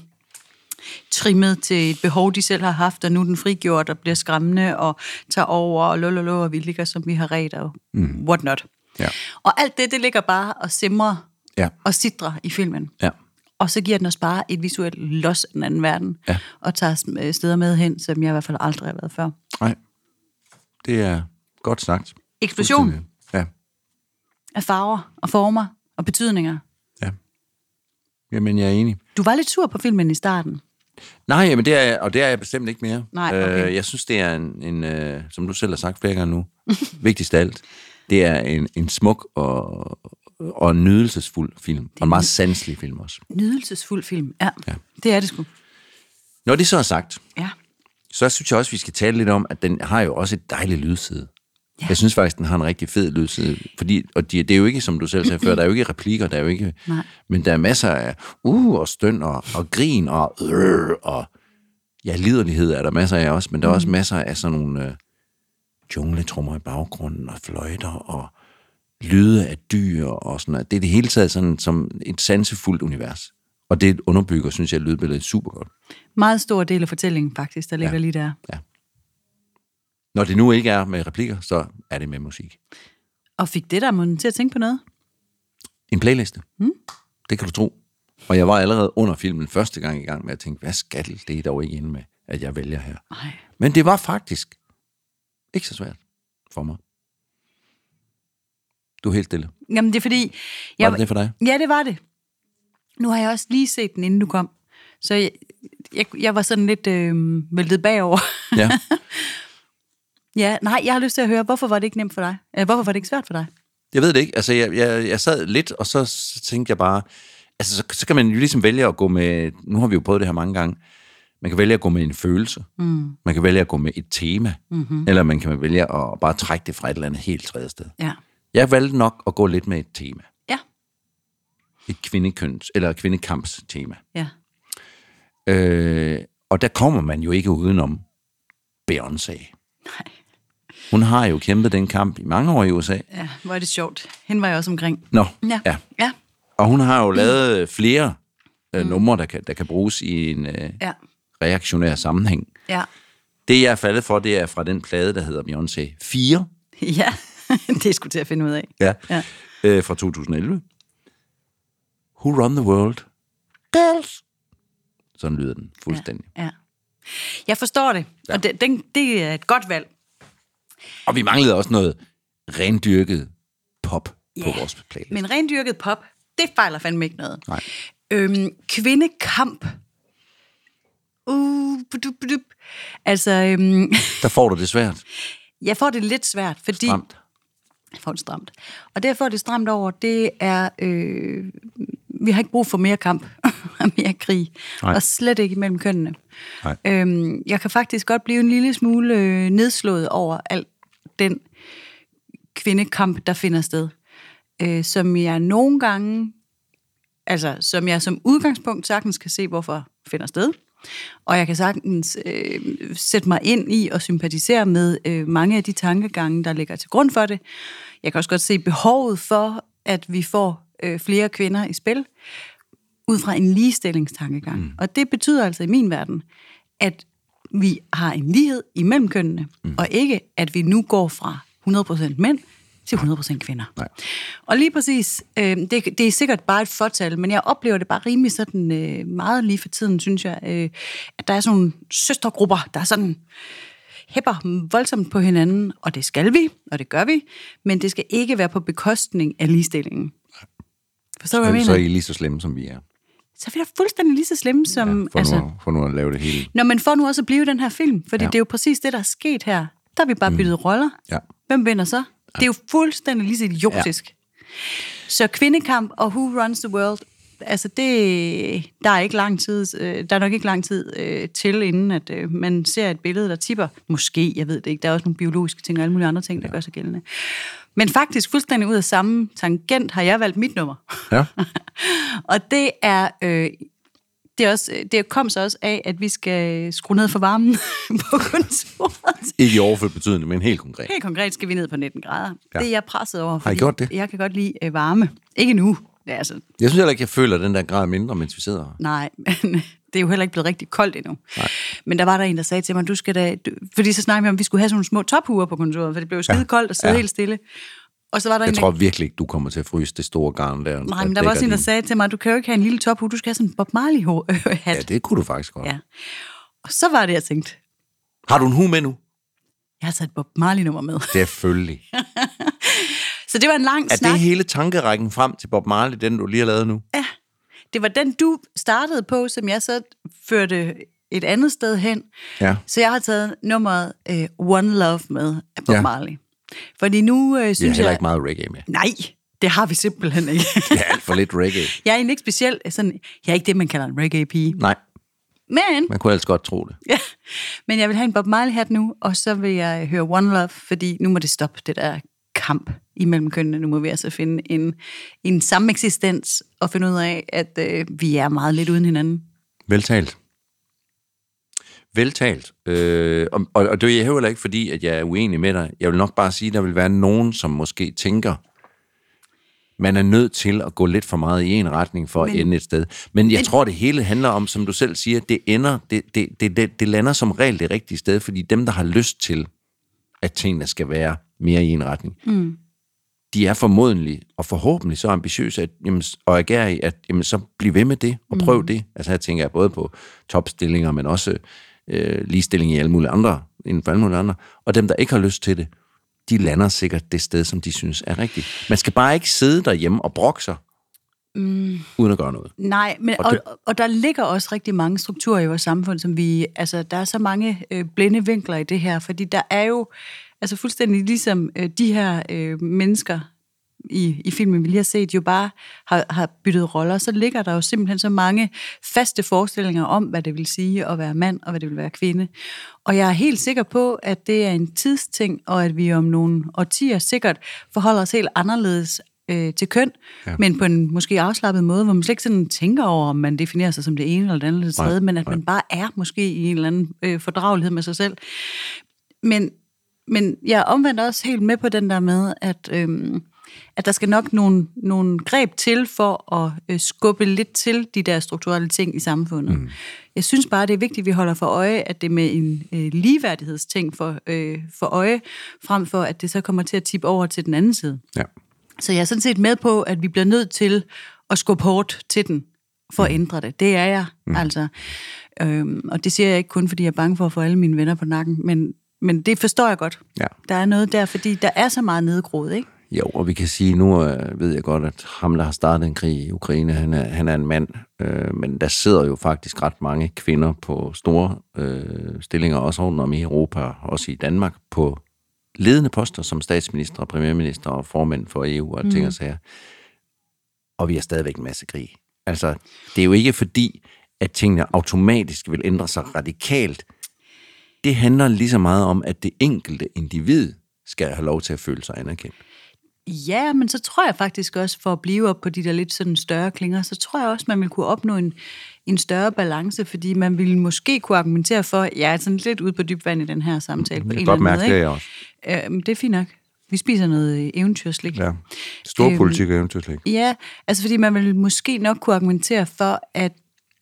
S1: trimmet til et behov, de selv har haft, og nu er den frigjort og bliver skræmmende og tager over, og lololo, og vi ligger, som vi har ret, og mm. what not.
S2: Ja.
S1: Og alt det, det ligger bare og simrer
S2: Ja.
S1: og sidrer i filmen.
S2: Ja.
S1: Og så giver den os bare et visuelt los af den anden verden,
S2: Ja.
S1: og tager øh, steder med hen, som jeg i hvert fald aldrig har været før.
S2: Nej. Det er godt sagt.
S1: Eksplosion
S2: Ja.
S1: af farver og former og betydninger.
S2: ja. Jamen, jeg er enig.
S1: Du var lidt sur på filmen i starten.
S2: Nej, men det er, jeg- og det er jeg bestemt ikke mere.
S1: Nej, okay.
S2: øh, jeg synes, det er en, en øh, som du selv har sagt flere gange nu, vigtigst af alt, det er en, en smuk og, og en nydelsesfuld film. Og en meget sanselig film også.
S1: Nydelsesfuld film. Ja, ja. det er det sgu.
S2: Når det så er sagt,
S1: Ja.
S2: så synes jeg også, vi skal tale lidt om, at den har jo også et dejligt lydside.
S1: Ja.
S2: Ja. Jeg synes faktisk, den har en rigtig fed lydside. Fordi, og de, det er jo ikke, som du selv sagde før, der er jo ikke replikker, der er jo ikke...
S1: Nej.
S2: Men der er masser af uh, og støn og, og grin og... Øh, og ja, liderlighed er der masser af også, men der er også masser af sådan nogle øh, jungletrummer i baggrunden og fløjter og lyde af dyr og sådan noget. Det er det hele taget sådan som et sansefuldt univers. Og det underbygger, synes jeg, lydbilledet super godt.
S1: Meget stor del af fortællingen faktisk, der ligger ja. lige der.
S2: Når det nu ikke er med replikker, så er det med musik.
S1: Og fik det der munden til at tænke på noget?
S2: En playliste. Mm. Det kan du tro. Og jeg var allerede under filmen første gang i gang med at tænke, hvad skal det I dog ikke ende med, at jeg vælger her?
S1: Nej.
S2: Men det var faktisk ikke så svært for mig. Du er helt stille. Var
S1: Jamen, det er fordi...
S2: jeg... det det for dig?
S1: Ja, det var det. Nu har jeg også lige set den, inden du kom. Så jeg, jeg, jeg var sådan lidt øh, væltet bagover.
S2: Ja.
S1: ja, nej, jeg har lyst til at høre, hvorfor var det ikke nemt for dig? Øh, hvorfor var det ikke svært for dig?
S2: Jeg ved det ikke. Altså, jeg, jeg, jeg sad lidt, og så s- tænkte jeg bare... Altså, så, så kan man jo ligesom vælge at gå med... Nu har vi jo prøvet det her mange gange. Man kan vælge at gå med en følelse. Mm. Man kan vælge at gå med et tema. Mm-hmm. Eller man kan vælge at bare trække det fra et eller andet helt tredje sted.
S1: Ja.
S2: Jeg valgte nok at gå lidt med et tema.
S1: Ja.
S2: Et kvindekøns, eller kvindekampstema.
S1: Ja.
S2: Øh, og der kommer man jo ikke udenom Beyoncé. Nej. Hun har jo kæmpet den kamp i mange år i USA.
S1: Ja, hvor er det sjovt. Hende var jeg også omkring.
S2: Nå,
S1: Ja.
S2: ja.
S1: Ja.
S2: Og hun har
S1: Mm.
S2: jo lavet øh, flere øh, numre, der kan, der kan bruges i en øh,
S1: Ja.
S2: reaktionær sammenhæng.
S1: Ja.
S2: Det, jeg er faldet for, det er fra den plade, der hedder Beyoncé 4,
S1: Ja, det skulle til at finde ud af.
S2: ja,
S1: Ja.
S2: Øh, fra 2011. Who Run the World? Girls! Sådan lyder den fuldstændig. Ja.
S1: Ja. Jeg forstår det, ja. og det, den, det er et godt valg.
S2: Og vi manglede også noget rendyrket pop på
S1: Ja,
S2: vores plade.
S1: Men rendyrket pop, det fejler fandme ikke noget.
S2: Nej.
S1: Øhm, kvindekamp. Uh, budup, budup. Altså, øhm,
S2: Der får du det svært.
S1: jeg får det lidt svært, fordi...
S2: Stramt.
S1: Jeg får det stramt. Og det, jeg får det stramt over, det er, øh, vi har ikke brug for mere kamp og mere krig.
S2: Nej.
S1: Og slet ikke mellem kønnene.
S2: Nej.
S1: Øhm, jeg kan faktisk godt blive en lille smule øh, nedslået over al den kvindekamp, der finder sted. Øh, som jeg nogle gange, altså som jeg som udgangspunkt sagtens kan se, hvorfor finder sted. Og jeg kan sagtens øh, sætte mig ind i og sympatisere med øh, mange af de tankegange, der ligger til grund for det. Jeg kan også godt se behovet for, at vi får øh, flere kvinder i spil ud fra en ligestillingstankegang. Mm. Og det betyder altså i min verden, at vi har en lighed imellem kønnene, mm. og ikke, at vi nu går fra 100% mænd til 100% kvinder.
S2: Nej.
S1: Og lige præcis, øh, det, det er sikkert bare et fortal, men jeg oplever det bare rimelig sådan øh, meget lige for tiden, synes jeg, øh, at der er sådan nogle søstergrupper, der er sådan hæpper voldsomt på hinanden, og det skal vi, og det gør vi, men det skal ikke være på bekostning af ligestillingen. Forstår du, hvad jeg
S2: Men så er
S1: mener?
S2: Altså, I lige så slemme, som vi er.
S1: Så er vi da fuldstændig lige så slemme som...
S2: For, altså... nu, at- for nu at lave det hele.
S1: Nå, men for nu også at blive i den her film,
S2: Ja. Mm.
S1: fordi ja. det er jo præcis det, der er sket her. Der har vi bare byttet roller.
S2: Ja.
S1: Hvem vinder så? Ja. Det er jo fuldstændig lige så idiotisk. Ja. Så kvindekamp og Who Runs the World, altså det, der er ikke lang tid, øh, der er nok ikke lang tid øh, til, inden at øh, man ser et billede, der tipper. Måske, jeg ved det ikke. Der er også nogle biologiske ting og alle mulige andre ting, der ja. gør sig gældende. Men faktisk fuldstændig ud af samme tangent har jeg valgt mit nummer.
S2: Ja.
S1: og det er... Øh, det, er også, det kom så også af, at vi skal skrue ned for varmen på kontoret.
S2: Ikke i overført betydning, men helt konkret.
S1: Helt konkret skal vi ned på 19 grader.
S2: Ja.
S1: Ja. Det er jeg presset over, fordi
S2: gjort det?
S1: jeg kan godt lide øh, varme. Ikke nu, det er altså,
S2: Jeg synes heller ikke, jeg føler den der grad mindre, mens vi sidder her.
S1: nej, men det er jo heller ikke blevet rigtig koldt endnu. Nej. Men der var der en, der sagde til mig, du skal da, du, fordi så snakkede vi om, at vi skulle have sådan nogle små tophuer på kontoret, for det blev jo skide koldt og sidde
S2: Ja.
S1: ja. helt stille. Og så var der
S2: Jeg
S1: en, der-
S2: tror virkelig ikke, du kommer til at fryse det store garn der.
S1: nej, men der var også en,
S2: dækker
S1: der
S2: din-
S1: sagde til mig, du kan jo ikke have en lille tophue, du skal have sådan en Bob Marley-hat.
S2: Ja, det kunne du faktisk godt. Ja.
S1: Ja. Og så var det, jeg tænkte,
S2: Har du en hue med nu?
S1: jeg har taget et Bob Marley-nummer med.
S2: Selvfølgelig.
S1: Så det var en lang
S2: Er
S1: snak.
S2: det hele tankerækken frem til Bob Marley, den du lige har lavet nu?
S1: Ja. Det var den, du startede på, som jeg så førte et andet sted hen.
S2: Ja.
S1: Så jeg har taget nummeret øh, One Love med af Bob
S2: Ja.
S1: ja. Marley. Fordi nu øh,
S2: Vi har
S1: synes
S2: heller
S1: jeg...
S2: ikke meget reggae med.
S1: Nej, det har vi simpelthen ikke.
S2: Det er alt for lidt reggae.
S1: jeg er egentlig ikke speciel... Sådan, jeg er ikke det, man kalder en reggae-pige.
S2: Nej,
S1: Men,
S2: man kunne altså godt tro det.
S1: ja, men jeg vil have en Bob Marley-hat nu, og så vil jeg øh, høre One Love, fordi nu må det stoppe, det der kamp imellem kønnene. Nu må vi altså finde en, en samme eksistens og finde ud af, at øh, vi er meget lidt uden hinanden.
S2: Veltalt. Veltalt. Øh, og, og, og det er jeg heller ikke, fordi at jeg er uenig med dig. Jeg vil nok bare sige, at der vil være nogen, som måske tænker, man er nødt til at gå lidt for meget i en retning for men, at ende et sted. Men jeg men, tror, det hele handler om, som du selv siger, det ender, det, det, det, det, det lander som regel det rigtige sted, fordi dem, der har lyst til, at tingene skal være mere i en retning, mm. de er formodentlig og forhåbentlig så ambitiøse at, jamen, og agerer i, at jamen, så bliv ved med det og prøv mm. det. Altså her tænker jeg både på topstillinger, men også øh, ligestilling i alle mulige andre, inden for alle mulige andre. Og dem, der ikke har lyst til det, de lander sikkert det sted, som de synes er rigtigt. Man skal bare ikke sidde derhjemme og brokke sig, mm. uden at gøre noget.
S1: Nej, men,
S2: Og
S1: og,
S2: det-
S1: og, og der ligger også rigtig mange strukturer i vores samfund, som vi... Altså, der er så mange øh, blinde vinkler i det her, fordi der er jo... Altså, fuldstændig ligesom øh, de her øh, mennesker i, i filmen, vi lige har set, jo bare har, har byttet roller, så ligger der jo simpelthen så mange faste forestillinger om, hvad det vil sige at være mand, og hvad det vil være kvinde. Og jeg er helt sikker på, at det er en tidsting, og at vi om nogle årtier sikkert forholder os helt anderledes øh, til køn, ja. men på en måske afslappet måde, hvor man slet ikke sådan tænker over, om man definerer sig som det ene eller det andet eller det
S2: Nej,
S1: tredje, men at
S2: nej.
S1: man bare er måske i en eller anden øh, fordragelighed med sig selv. Men, men jeg er omvendt også helt med på den der med, at, øhm, at der skal nok nogle, nogle greb til for at øh, skubbe lidt til de der strukturelle ting i samfundet. Mm. Jeg synes bare, det er vigtigt, at vi holder for øje, at det er med en øh, ligeværdighedsting for, øh, for øje, frem for at det så kommer til at tippe over til den anden side.
S2: Ja.
S1: Så jeg er sådan set med på, at vi bliver nødt til at skubbe hårdt til den, for at ændre det. Det er jeg, mm. altså. Øhm, og det siger jeg ikke kun, fordi jeg er bange for at få alle mine venner på nakken, men, men det forstår jeg godt.
S2: Ja.
S1: Der er noget der, fordi der er så meget nedgroet, ikke?
S2: Jo, og vi kan sige, nu øh, ved jeg godt, at ham, der har startet en krig i Ukraine, han er, han er en mand, øh, men der sidder jo faktisk ret mange kvinder på store øh, stillinger, også rundt om i Europa, også i Danmark, på ledende poster som statsminister, premierminister og formænd for EU og ting og sager. Og vi har stadigvæk en masse krig. Altså, det er jo ikke fordi, at tingene automatisk vil ændre sig radikalt. Det handler lige så meget om, at det enkelte individ skal have lov til at føle sig anerkendt.
S1: Ja, men så tror jeg faktisk også, for at blive op på de der lidt sådan større klinger, så tror jeg også, man vil kunne opnå en, en større balance, fordi man ville måske kunne argumentere for, at jeg er sådan lidt ude på dyb vand i den her samtale. på
S2: Mm, Jeg
S1: en
S2: kan
S1: eller
S2: godt
S1: anden
S2: mærke
S1: måde,
S2: det,
S1: ikke?
S2: jeg også.
S1: Øh, men det er fint nok. Vi spiser noget øh, eventyrslik.
S2: Ja. Stor øhm, politik er eventuelt ikke.
S1: Ja, altså fordi man vil måske nok kunne argumentere for, at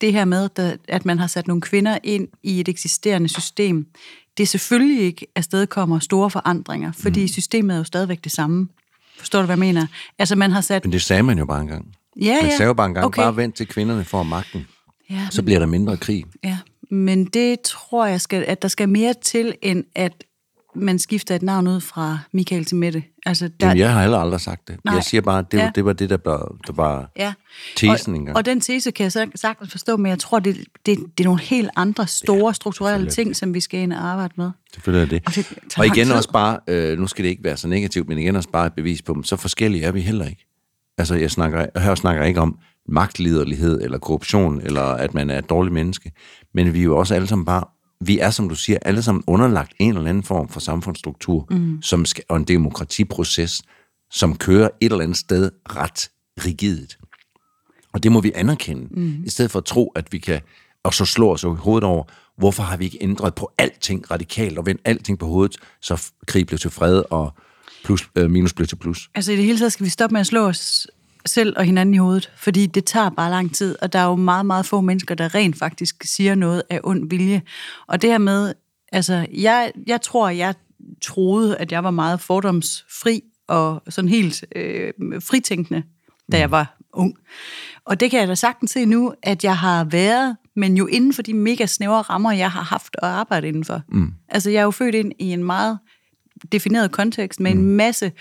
S1: det her med, da- at man har sat nogle kvinder ind i et eksisterende system, det selvfølgelig ikke afstedkommer store forandringer, fordi mm. systemet er jo stadigvæk det samme. Forstår du, hvad jeg mener? Altså, man har sat...
S2: Men det sagde man jo bare engang.
S1: Ja,
S2: man
S1: ja.
S2: sagde jo bare engang,
S1: Okay.
S2: okay. bare vent til kvinderne får magten.
S1: Ja,
S2: Så bliver der mindre krig.
S1: Ja, men det tror jeg, skal, at der skal mere til, end at man skifter et navn ud fra Michael til Mette. Altså, der,
S2: Jamen, jeg har heller aldrig sagt det.
S1: Nej.
S2: Nej. Jeg siger bare, at det,
S1: Ja.
S2: ja. det var det, der, blev, der var
S1: ja.
S2: tesen
S1: og,
S2: engang.
S1: og den tese kan jeg så sagtens forstå, men jeg tror, det, det, det er nogle helt andre store ja, strukturelle ting, som vi skal ind og arbejde med.
S2: Selvfølgelig er det.
S1: Og
S2: Og,
S1: det
S2: det
S1: tager
S2: og
S1: lang
S2: igen
S1: tid.
S2: også bare, øh, nu skal det ikke være så negativt, men igen også bare et bevis på, dem, så forskellige er vi heller ikke. Altså, jeg snakker, her snakker jeg ikke om magtliderlighed, eller korruption, eller at man er et dårligt menneske. Men vi er jo også alle sammen bare, vi er, som du siger, alle sammen underlagt en eller anden form for samfundsstruktur, mm. som skal, og en demokratiproces, som kører et eller andet sted ret rigidt. Og det må vi anerkende, mm. i stedet for at tro, at vi kan og så slå os i hovedet over, hvorfor har vi ikke ændret på alting radikalt, og vendt alting på hovedet, så f- krig blev til fred, og plus, øh, minus blev til plus.
S1: Altså i det hele taget skal vi stoppe med at slå os selv og hinanden i hovedet, fordi det tager bare lang tid, og der er jo meget, meget få mennesker, der rent faktisk siger noget af ond vilje. Og det her med, altså jeg, jeg tror, jeg troede, at jeg var meget fordomsfri og sådan helt øh, fritænkende, da jeg var ung. Og det kan jeg da sagtens se nu, at jeg har været, men jo inden for de mega snævre rammer, jeg har haft og arbejdet indenfor. Mm. Altså jeg er jo født ind i en meget defineret kontekst med en masse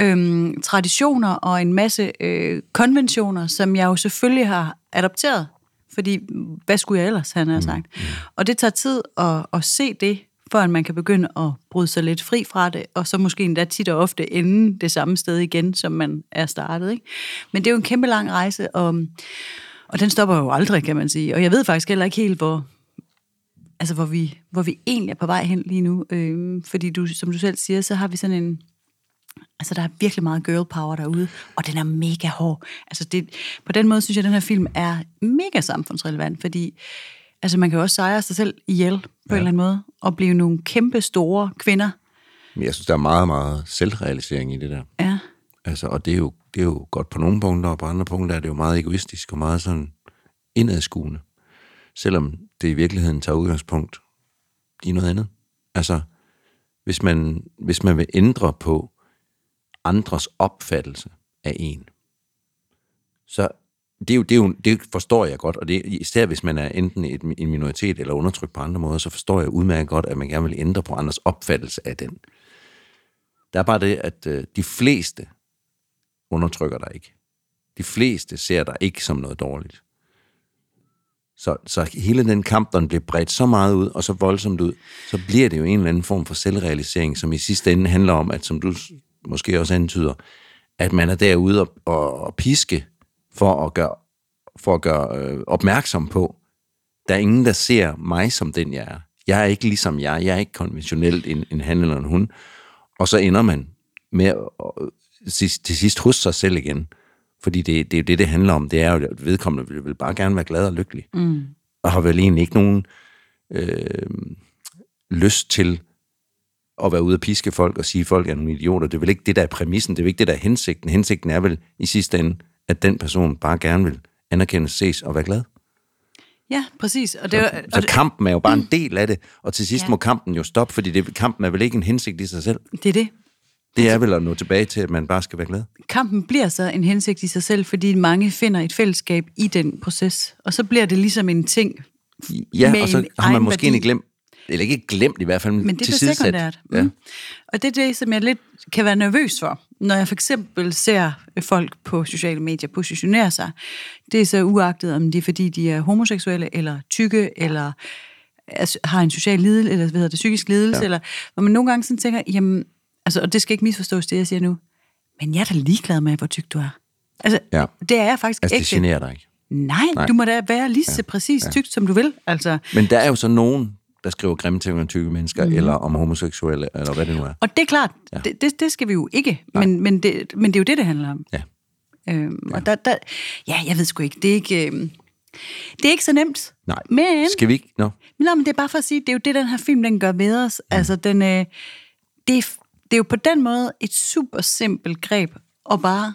S1: øhm, traditioner og en masse øh, konventioner, som jeg jo selvfølgelig har adopteret. Fordi, hvad skulle jeg ellers, han har sagt. Og det tager tid at, at se det, før man kan begynde at bryde sig lidt fri fra det, og så måske endda tit og ofte ende det samme sted igen, som man er startet. Ikke? Men det er jo en kæmpe lang rejse, og, og den stopper jo aldrig, kan man sige. Og jeg ved faktisk heller ikke helt, hvor, altså hvor vi, hvor vi egentlig er på vej hen lige nu. Øhm, fordi du, som du selv siger, så har vi sådan en... Altså, der er virkelig meget girl power derude, og den er mega hård. Altså, det, på den måde synes jeg, at den her film er mega samfundsrelevant, fordi altså, man kan jo også sejre sig selv ihjel på ja. en eller anden måde, og blive nogle kæmpe store kvinder.
S2: Men jeg synes, der er meget, meget selvrealisering i det der.
S1: Ja,
S2: Altså, og det er, jo, det er jo godt på nogle punkter, og på andre punkter er det jo meget egoistisk og meget sådan indadskuende. Selvom det i virkeligheden tager udgangspunkt i noget andet. Altså, hvis man, hvis man vil ændre på andres opfattelse af en, så det, er jo, det, er jo, det forstår jeg godt, og det, især hvis man er enten et, en minoritet eller undertrykt på andre måder, så forstår jeg udmærket godt, at man gerne vil ændre på andres opfattelse af den. Der er bare det, at øh, de fleste undertrykker dig ikke. De fleste ser dig ikke som noget dårligt. Så, så hele den kamp, den bliver bredt så meget ud, og så voldsomt ud, så bliver det jo en eller anden form for selvrealisering, som i sidste ende handler om, at som du s- måske også antyder, at man er derude og, og, og piske for at gøre, for at gøre øh, opmærksom på, der er ingen, der ser mig som den, jeg er. Jeg er ikke ligesom jeg. Jeg er ikke konventionelt en, en han eller en hun. Og så ender man med at, at, sidst- til sidst hos sig selv igen. Fordi det, det er jo det, det handler om. Det er jo, at vedkommende vil, vil bare gerne være glad og lykkelig. Mm. Og har vel egentlig ikke nogen øh, lyst til at være ude og piske folk og sige, at folk er nogle idioter. Det er vel ikke det, der er præmissen. Det er vel ikke det, der er hensigten. Hensigten er vel i sidste ende, at den person bare gerne vil anerkendes, ses og være glad.
S1: ja præcis. Og det, er jo- og
S2: Så
S1: det,
S2: Altså,
S1: Mm.
S2: kampen er jo bare en del af det, og til sidst
S1: Ja.
S2: ja. må kampen jo stoppe, fordi det, kampen er vel ikke en hensigt i sig selv.
S1: det er det.
S2: Det
S1: Altså-
S2: er vel at nå tilbage til, at man bare skal være glad.
S1: kampen bliver så en hensigt i sig selv, fordi mange finder et fællesskab i den proces. Og så bliver det ligesom en ting.
S2: Ja,
S1: med
S2: og så
S1: en
S2: har man
S1: egen
S2: måske
S1: værdi.
S2: egentlig glemt, eller ikke glemt i hvert fald,
S1: Men det er
S2: til
S1: det
S2: sidesat.
S1: sekundært. Mm.
S2: Ja.
S1: Og det er det, som jeg lidt kan være nervøs for, når jeg for eksempel ser folk på sociale medier positionere sig. Det er så uagtet, om det er fordi, de er homoseksuelle, eller tykke, eller er- har en social lidelse, eller hvad hedder det, psykisk lidelse, ja. eller hvor man nogle gange sådan tænker, jamen, altså, og det skal ikke misforstås, det jeg siger nu, men jeg er da ligeglad med, hvor tyk du er. Altså, ja.
S2: Ja.
S1: det er jeg faktisk
S2: Altså, det
S1: ikke.
S2: generer dig ikke.
S1: Nej, Nej, du må da være lige så præcis tyk, som du vil. Altså,
S2: Men der er jo så nogen, der skriver grimme ting om tykke mennesker,
S1: Mhm.
S2: mm. eller om homoseksuelle, eller hvad det nu er.
S1: og det er klart, ja. det, det, det skal vi jo ikke, men, men, det, men det er jo det, det handler om.
S2: Ja.
S1: Øhm, ja. Og der, der, ja, jeg ved sgu ikke, det er ikke, øhm, det er ikke så nemt.
S2: Nej.
S1: Men,
S2: Skal vi ikke? Nå.
S1: men, nå, men det er bare for at sige, det er jo det, den her film, den gør ved os. Mm. Altså, den, øh, det, er, f- det er jo på den måde et super simpelt greb at bare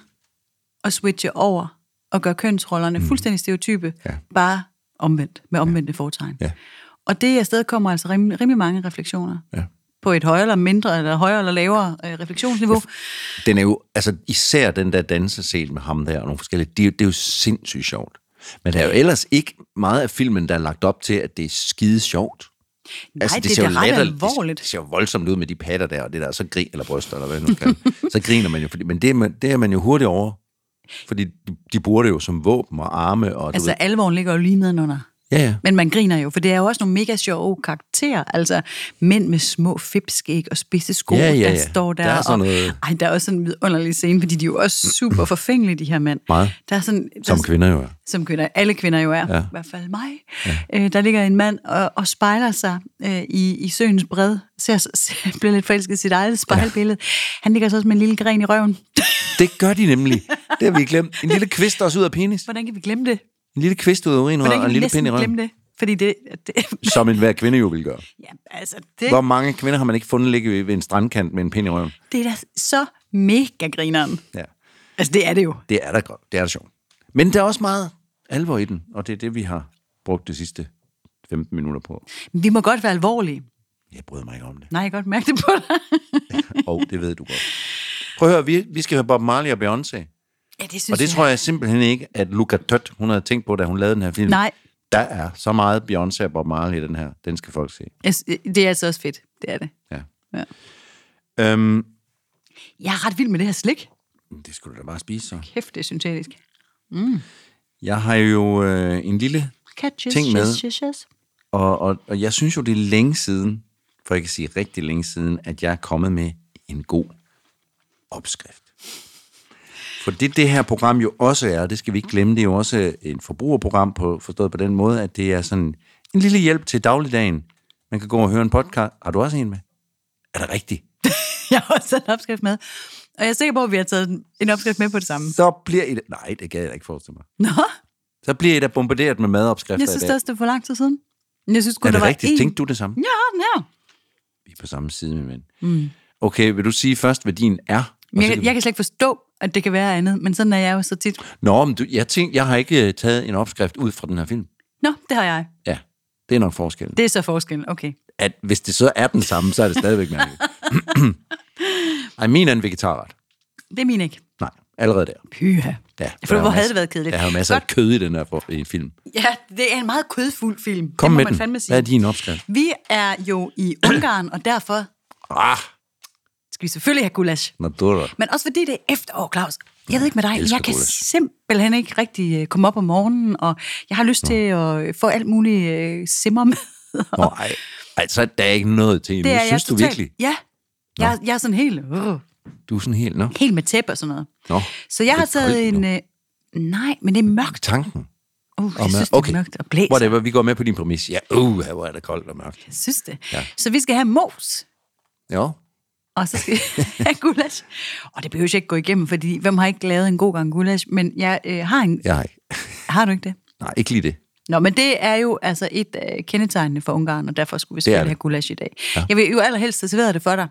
S1: at switche over og gøre kønsrollerne mm. fuldstændig stereotype,
S2: Ja.
S1: bare omvendt, med omvendte fortegn.
S2: Ja.
S1: Og det afsted kommer altså rimelig, rimelig mange refleksioner.
S2: Ja.
S1: På et højere eller mindre, eller højere eller lavere øh, refleksionsniveau.
S2: Den er jo, altså især den der dansescene med ham der og nogle forskellige, det, er jo- det er jo sindssygt sjovt. Men der er jo ellers ikke meget af filmen, der er lagt op til, at det er skide sjovt.
S1: Nej,
S2: Altså,
S1: det er da ret alvorligt.
S2: Det ser jo voldsomt ud med de patter der, og det der, så grin, eller bryster, eller hvad nu kan. så griner man jo, fordi, men det er, man, det er man jo hurtigt over. Fordi de, de bruger det jo som våben og arme, og du
S1: Altså,
S2: ved,
S1: alvoren ligger jo lige nedenunder.
S2: ja, ja.
S1: Men man griner jo, for det er jo også nogle mega sjove karakterer. Altså, mænd med små fipskæg og spidse sko,
S2: Ja, ja, ja.
S1: der står der.
S2: Der er sådan
S1: og,
S2: noget-
S1: Ej, der er også sådan en vidunderlig scene, fordi de er jo også super forfængelige, de her mænd.
S2: Meget.
S1: Der er sådan, der
S2: Som
S1: er-
S2: kvinder jo er.
S1: som kvinder, alle kvinder jo er, ja. i hvert fald mig, ja. øh, der ligger en mand og, og spejler sig øh, i, i søens bred, ser, ser, bliver lidt forelsket i sit eget spejlbillede. Ja. Han ligger så også med en lille gren i røven.
S2: Det gør de nemlig. Det har vi glemt. En lille kvist også ud af penis.
S1: Hvordan kan vi glemme det?
S2: En lille kvist ud af urinrøret
S1: Hvordan
S2: og en
S1: kan vi
S2: lille pind
S1: næsten
S2: i røven.
S1: glemme det? Fordi det, det
S2: Som enhver kvinde jo vil gøre.
S1: ja, altså, det,
S2: Hvor mange kvinder har man ikke fundet ligge ved- ved en strandkant med en pind i røven?
S1: det er da så mega grineren.
S2: Ja,
S1: Altså, det er det jo.
S2: det er da godt. Det er da sjovt. Men der er også meget alvor i den, og det er det, vi har brugt de sidste 15 minutter på.
S1: Vi må godt være alvorlige.
S2: Jeg bryder mig ikke om det.
S1: Nej, jeg kan godt mærke det på dig.
S2: Og det ved du godt. Prøv at høre, vi, vi skal høre Bob Marley og Beyoncé.
S1: Ja, det synes
S2: Og det
S1: jeg.
S2: tror jeg simpelthen ikke, at Luca Tødt, hun havde tænkt på, da hun lavede den her film.
S1: Nej.
S2: Der er så meget Beyoncé og Bob Marley i den her. Den skal folk se.
S1: jeg. Det er altså også fedt. Det er det.
S2: Ja.
S1: Ja.
S2: Øhm,
S1: Jeg er ret vild med det her slik.
S2: det skulle du da bare spise, så.
S1: Kæft, det er syntetisk.
S2: Jeg har jo øh, en lille
S1: Catches,
S2: Ting med.
S1: yes, yes, yes.
S2: Og, og, og jeg synes jo, det er længe siden, for jeg kan sige rigtig længe siden, at jeg er kommet med en god opskrift. For det, det her program jo også er, og det skal vi ikke glemme, det er jo også en forbrugerprogram, på, forstået på den måde, at det er sådan en lille hjælp til dagligdagen. Man kan gå og høre en podcast. Har du også en med? Er det rigtigt?
S1: Jeg har også taget en opskrift med. Og jeg er sikker på, at vi har taget en opskrift med på det samme.
S2: Så bliver I... da- Nej, det kan jeg da ikke forestille mig.
S1: Nå,
S2: Så bliver I da bombarderet med madopskrifter
S1: jeg synes
S2: i dag.
S1: også, det er for lang tid siden. Jeg synes,
S2: Er
S1: der
S2: det
S1: var
S2: rigtigt?
S1: En...
S2: Tænkte du det samme?
S1: Ja, den her.
S2: Vi er på samme side, min ven. Mm. Okay, vil du sige først, hvad din er?
S1: Men Jeg, jeg kan slet ikke forstå, at det kan være andet, men sådan er jeg jo så tit.
S2: Nå, men du, jeg, tænkte, jeg har ikke øh, taget en opskrift ud fra den her film.
S1: Nå, det har jeg.
S2: Ja, det er nok forskellen.
S1: Det er så forskellen. Okay.
S2: At hvis det så er den samme, så er det stadigvæk mærkeligt. Ej, min er en vegetarret.
S1: Det er min ikke.
S2: Nej, allerede der.
S1: Pyha.
S2: Ja,
S1: For
S2: der er
S1: hvor havde
S2: masser-
S1: det været kedeligt.
S2: Der er jo masser af kød i den her for, i en film.
S1: Ja, det er en meget kødfuld film.
S2: Kom
S1: det må
S2: med
S1: man
S2: den.
S1: fandme sige.
S2: Hvad er din opskrift?
S1: Vi er jo i Ungarn, og derfor
S2: Ah,
S1: skal vi selvfølgelig have gulasch.
S2: natura.
S1: Men også fordi det er efterår, Claus. Jeg ved ikke med dig,
S2: jeg
S1: jeg,
S2: elsker
S1: kan
S2: gulasch.
S1: simpelthen ikke rigtig øh, komme op om morgenen, og jeg har lyst til at få alt muligt øh, simmer med.
S2: Nå, ej. ej, så er der ikke noget til endnu.
S1: Det er
S2: Synes
S1: jeg
S2: du
S1: totalt-
S2: virkelig?
S1: Ja. Jeg, jeg er sådan helt, øh,
S2: Du er sådan helt, nå.
S1: helt med tæppe og sådan noget.
S2: Nå,
S1: Så
S2: det
S1: jeg har
S2: er koldt
S1: taget en...
S2: nu.
S1: Øh, nej, men det er mørkt.
S2: Tanken.
S1: Uh, jeg
S2: om,
S1: synes,
S2: øh,
S1: det er mørkt og blæst.
S2: Whatever, vi går med på din præmis. Ja, uh, hvor er det koldt og mørkt.
S1: Jeg synes det.
S2: Ja.
S1: Så vi skal have mos,
S2: Jo,
S1: og så skal vi have gulasch. Og det behøver jeg ikke gå igennem, fordi hvem har ikke lavet en god gang gulasch? Men jeg øh, har en...
S2: jeg har ikke.
S1: Har du ikke det?
S2: Nej, ikke lige det.
S1: Nå, men det er jo altså et øh, kendetegnende for Ungarn, og derfor skulle vi
S2: det.
S1: selvfølgelig have gulasch i dag. Ja. Jeg vil jo allerhelst have serveret det for dig.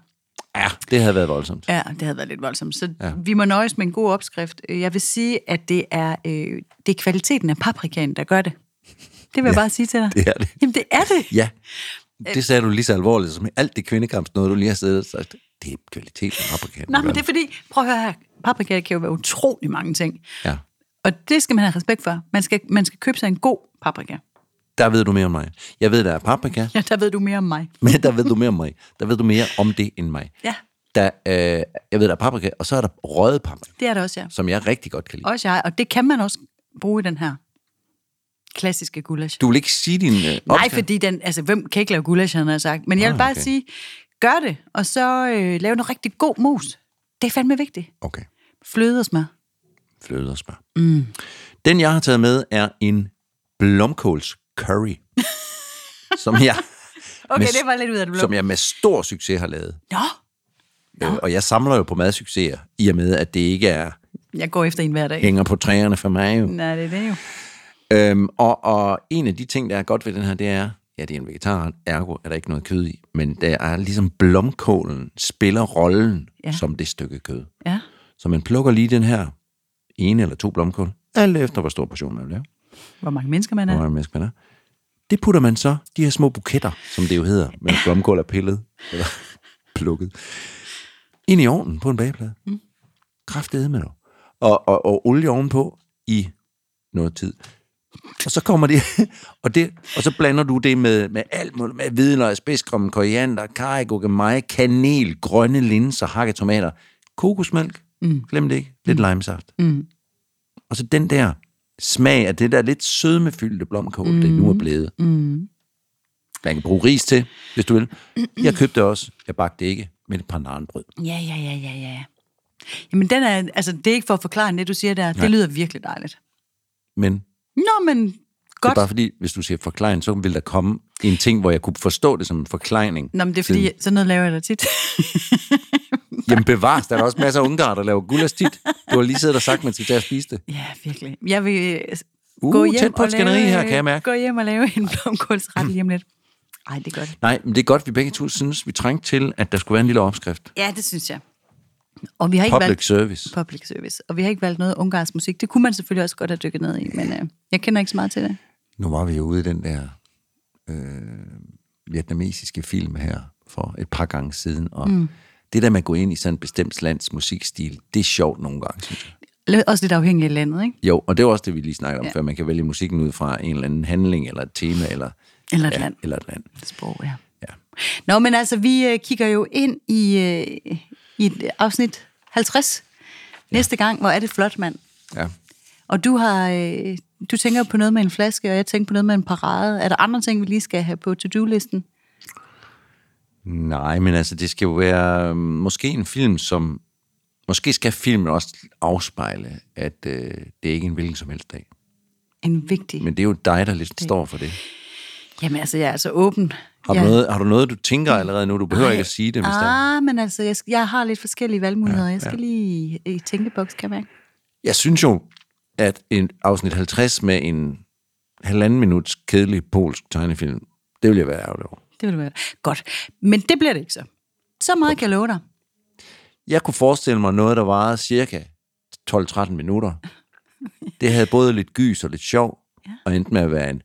S2: Ja, det havde været voldsomt.
S1: Ja, det havde været lidt voldsomt. Så ja. vi må nøjes med en god opskrift. Øh, Jeg vil sige, at det er, øh, det er kvaliteten af paprikaen, der gør det. Det vil ja, jeg bare sige til dig.
S2: det er det.
S1: Jamen, det er det.
S2: Ja,
S1: Øh.
S2: det sagde du lige så alvorligt som alt det kvindekamp, noget du lige har siddet og sagt, det er kvalitet på paprikaen.
S1: Nej, men det er fordi, prøv at høre her. Paprika kan jo være utrolig mange ting.
S2: Ja,
S1: Og det skal man have respekt for. Man skal, man skal købe sig en god paprika.
S2: der ved du mere om mig. Jeg ved, der er paprika,
S1: Ja, der ved du mere om mig.
S2: men der ved du mere om mig. Der ved du mere om det end mig.
S1: Ja.
S2: Der, øh, jeg ved, der er paprika, og så er der røget paprika,
S1: Det er det også, ja.
S2: som jeg rigtig godt kan lide.
S1: Også jeg, og det kan man også bruge i den her klassiske gulasch.
S2: Du vil ikke sige din øh,
S1: Nej,
S2: opskrift?
S1: fordi den, altså, hvem kan ikke lave gulasch, han har sagt. Men jeg vil
S2: Ah,
S1: bare
S2: okay.
S1: okay. sige, gør det, og så øh, lav noget rigtig god mos. Det er fandme vigtigt.
S2: Okay,
S1: Fløde og smør.
S2: fløde og smør. Mm. Den, jeg har taget med, er en blomkåls curry, som jeg...
S1: Okay,
S2: med-
S1: det var lidt ud af det blå.
S2: som jeg med stor succes har lavet.
S1: Nå,
S2: Øh, og jeg samler jo på madsucceser, i og med, at det ikke er
S1: jeg går efter en hver dag.
S2: hænger på træerne for mig. Jo.
S1: Nej, det er det jo.
S2: Øhm, og, og en af de ting, der er godt ved den her, det er, ja, det er en vegetar, ergo er der ikke noget kød i, men der er ligesom blomkålen spiller rollen ja.
S1: Ja.
S2: som det stykke kød.
S1: Ja.
S2: Så man plukker lige den her ene eller to blomkål, alt efter hvor stor portion man vil lave.
S1: hvor mange mennesker man er.
S2: hvor mange mennesker man er. Det putter man så, de her små buketter, som det jo hedder, med blomkål er pillet, eller plukket, ind i ovnen på en bageplade. Mm. Kræftet med og, og, og olie ovenpå i noget tid. Og så kommer det, og, det, og så blander du det med, med alt muligt, med hvidløg, spidskrummen, koriander, karry, gurkemeje, kanel, grønne linser, hakket tomater, kokosmælk, mm. glem det ikke, lidt mm. limesaft. Og så den der smag af det der lidt sødmefyldte blomkål, mm. det nu er blevet. Mm. Man kan bruge ris til, hvis du vil. Jeg købte det også. Jeg bagte det ikke med et par narnbrød.
S1: Ja, ja, ja, ja, ja. Jamen, den er, altså, det er ikke for at forklare end det, du siger der. Det lyder virkelig dejligt.
S2: Men det
S1: Nå, men
S2: er
S1: godt.
S2: bare fordi, hvis du siger forklaring, så vil der komme en ting, hvor jeg kunne forstå det som en forklaring.
S1: Nå, men det er fordi, jeg, sådan noget laver jeg da tit.
S2: Jamen bevares, der er da også masser af ungarer, der laver gulastit. Du har lige siddet og sagt, man skal tage og spise det.
S1: ja, virkelig. Jeg vil øh,
S2: Uh, tæt på et skænderi her, kan jeg mærke.
S1: gå hjem og lave en blomkålsret lige om lidt. Ej, det er godt.
S2: Nej, men det er godt, vi begge to synes, vi trængte til, at der skulle være en lille opskrift.
S1: Ja, det synes jeg. Og vi har ikke
S2: Public
S1: valgt
S2: service.
S1: public service. Og vi har ikke valgt noget ungarsk musik. Det kunne man selvfølgelig også godt have dykket ned i, men øh, jeg kender ikke så meget til det.
S2: Nu var vi jo ude i den der øh, vietnamesiske film her for et par gange siden, og mm. det der med at gå ind i sådan en bestemt lands musikstil, det er sjovt nogle gange, synes jeg.
S1: Lidt- Også lidt afhængig af landet, ikke?
S2: Jo, og det er jo også det, vi lige snakkede om ja. før. Man kan vælge musikken ud fra en eller anden handling, eller et tema, eller,
S1: Eller et
S2: ja,
S1: land.
S2: Eller et land.
S1: Sprog, ja.
S2: Ja.
S1: Nå, men altså, vi øh, kigger jo ind i, øh, i et afsnit 50 næste gang. Hvor er det flot, mand.
S2: ja.
S1: Og du har... Øh, du tænker på noget med en flaske, og jeg tænker på noget med en parade. Er der andre ting, vi lige skal have på to-do-listen?
S2: Nej, men altså, det skal jo være øh, måske en film, som... Måske skal filmen også afspejle, at øh, det er ikke en hvilken som helst dag.
S1: En vigtig...
S2: Men det er jo dig, der lidt står for det.
S1: Jamen altså, jeg er altså åben.
S2: Har, du,
S1: jeg...
S2: noget, har du noget, du tænker allerede nu? Du behøver ikke at sige det, hvis der er.
S1: Ah, men altså, jeg, skal, jeg har lidt forskellige valgmuligheder. Jeg skal lige øh, i tænkeboks, kan jeg mærke.
S2: Jeg synes jo, at en afsnit 50 med en halvanden minuts kedelig polsk tegnefilm, det vil jeg være ærgerlig over.
S1: Det ville være godt. Men det bliver det ikke så. Så meget kan jeg love dig.
S2: Jeg kunne forestille mig noget, der varede cirka 12-13 minutter. Det havde både lidt gys og lidt sjov, ja. og endte med at være en,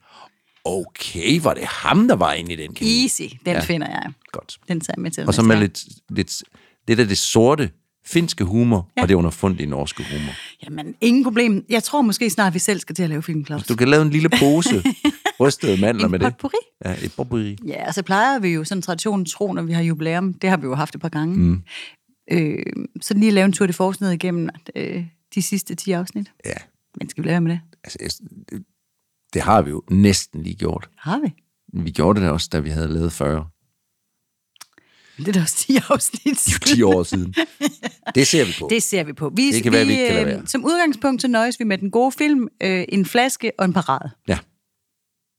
S2: okay, var det ham, der var inde i altså- den kanin?
S1: Easy, den ja. finder jeg.
S2: Godt.
S1: Den tager jeg med til.
S2: Og så
S1: næste
S2: med
S1: gang.
S2: lidt, lidt det der det sorte finske humor, ja. og det underfundige norske humor.
S1: Jamen, ingen problem. Jeg tror måske snart, vi selv skal til at lave film, Claus.
S2: Du kan lave en lille pose rystede mandler
S1: En
S2: med det.
S1: potpourri?
S2: Ja, et potpourri.
S1: Ja, og så plejer vi jo sådan traditionen tro, når vi har jubilæum. Det har vi jo haft et par gange. Mm. Øh, så lige lave en tur det force ned igennem øh, de sidste 10 afsnit.
S2: Ja,
S1: Men skal vi lave med det?
S2: altså, jeg- det- det har vi jo næsten lige gjort.
S1: Har vi?
S2: Vi gjorde det da også, da vi havde lavet 40.
S1: Det er da også 10 afsnit.
S2: 10 år siden. Det ser vi på.
S1: Det ser vi på. Vi,
S2: Det kan være, vi ikke kan lade
S1: øh,
S2: være.
S1: Som udgangspunkt, så nøjes vi med den gode film, øh, en flaske og en parade.
S2: Ja,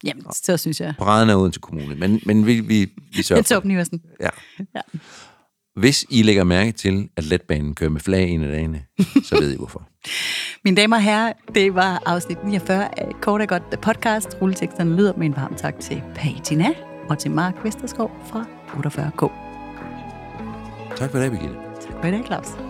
S1: Jamen, så synes jeg.
S2: paraden er uden til kommunen, men, men vi, vi, vi sørger
S1: Jeg
S2: for
S1: tog
S2: det.
S1: den i versen.
S2: Ja.
S1: Ja.
S2: Hvis I lægger mærke til, at letbanen kører med flag en af dagene, så ved I hvorfor.
S1: Mine damer og herrer, det var afsnit 49 af Kort og Godt The Podcast. Rulleteksterne lyder med en varm tak til Patina og til Mark Vesterskov fra 48K.
S2: Tak for det, Birgitte.
S1: Tak for i dag, Claus.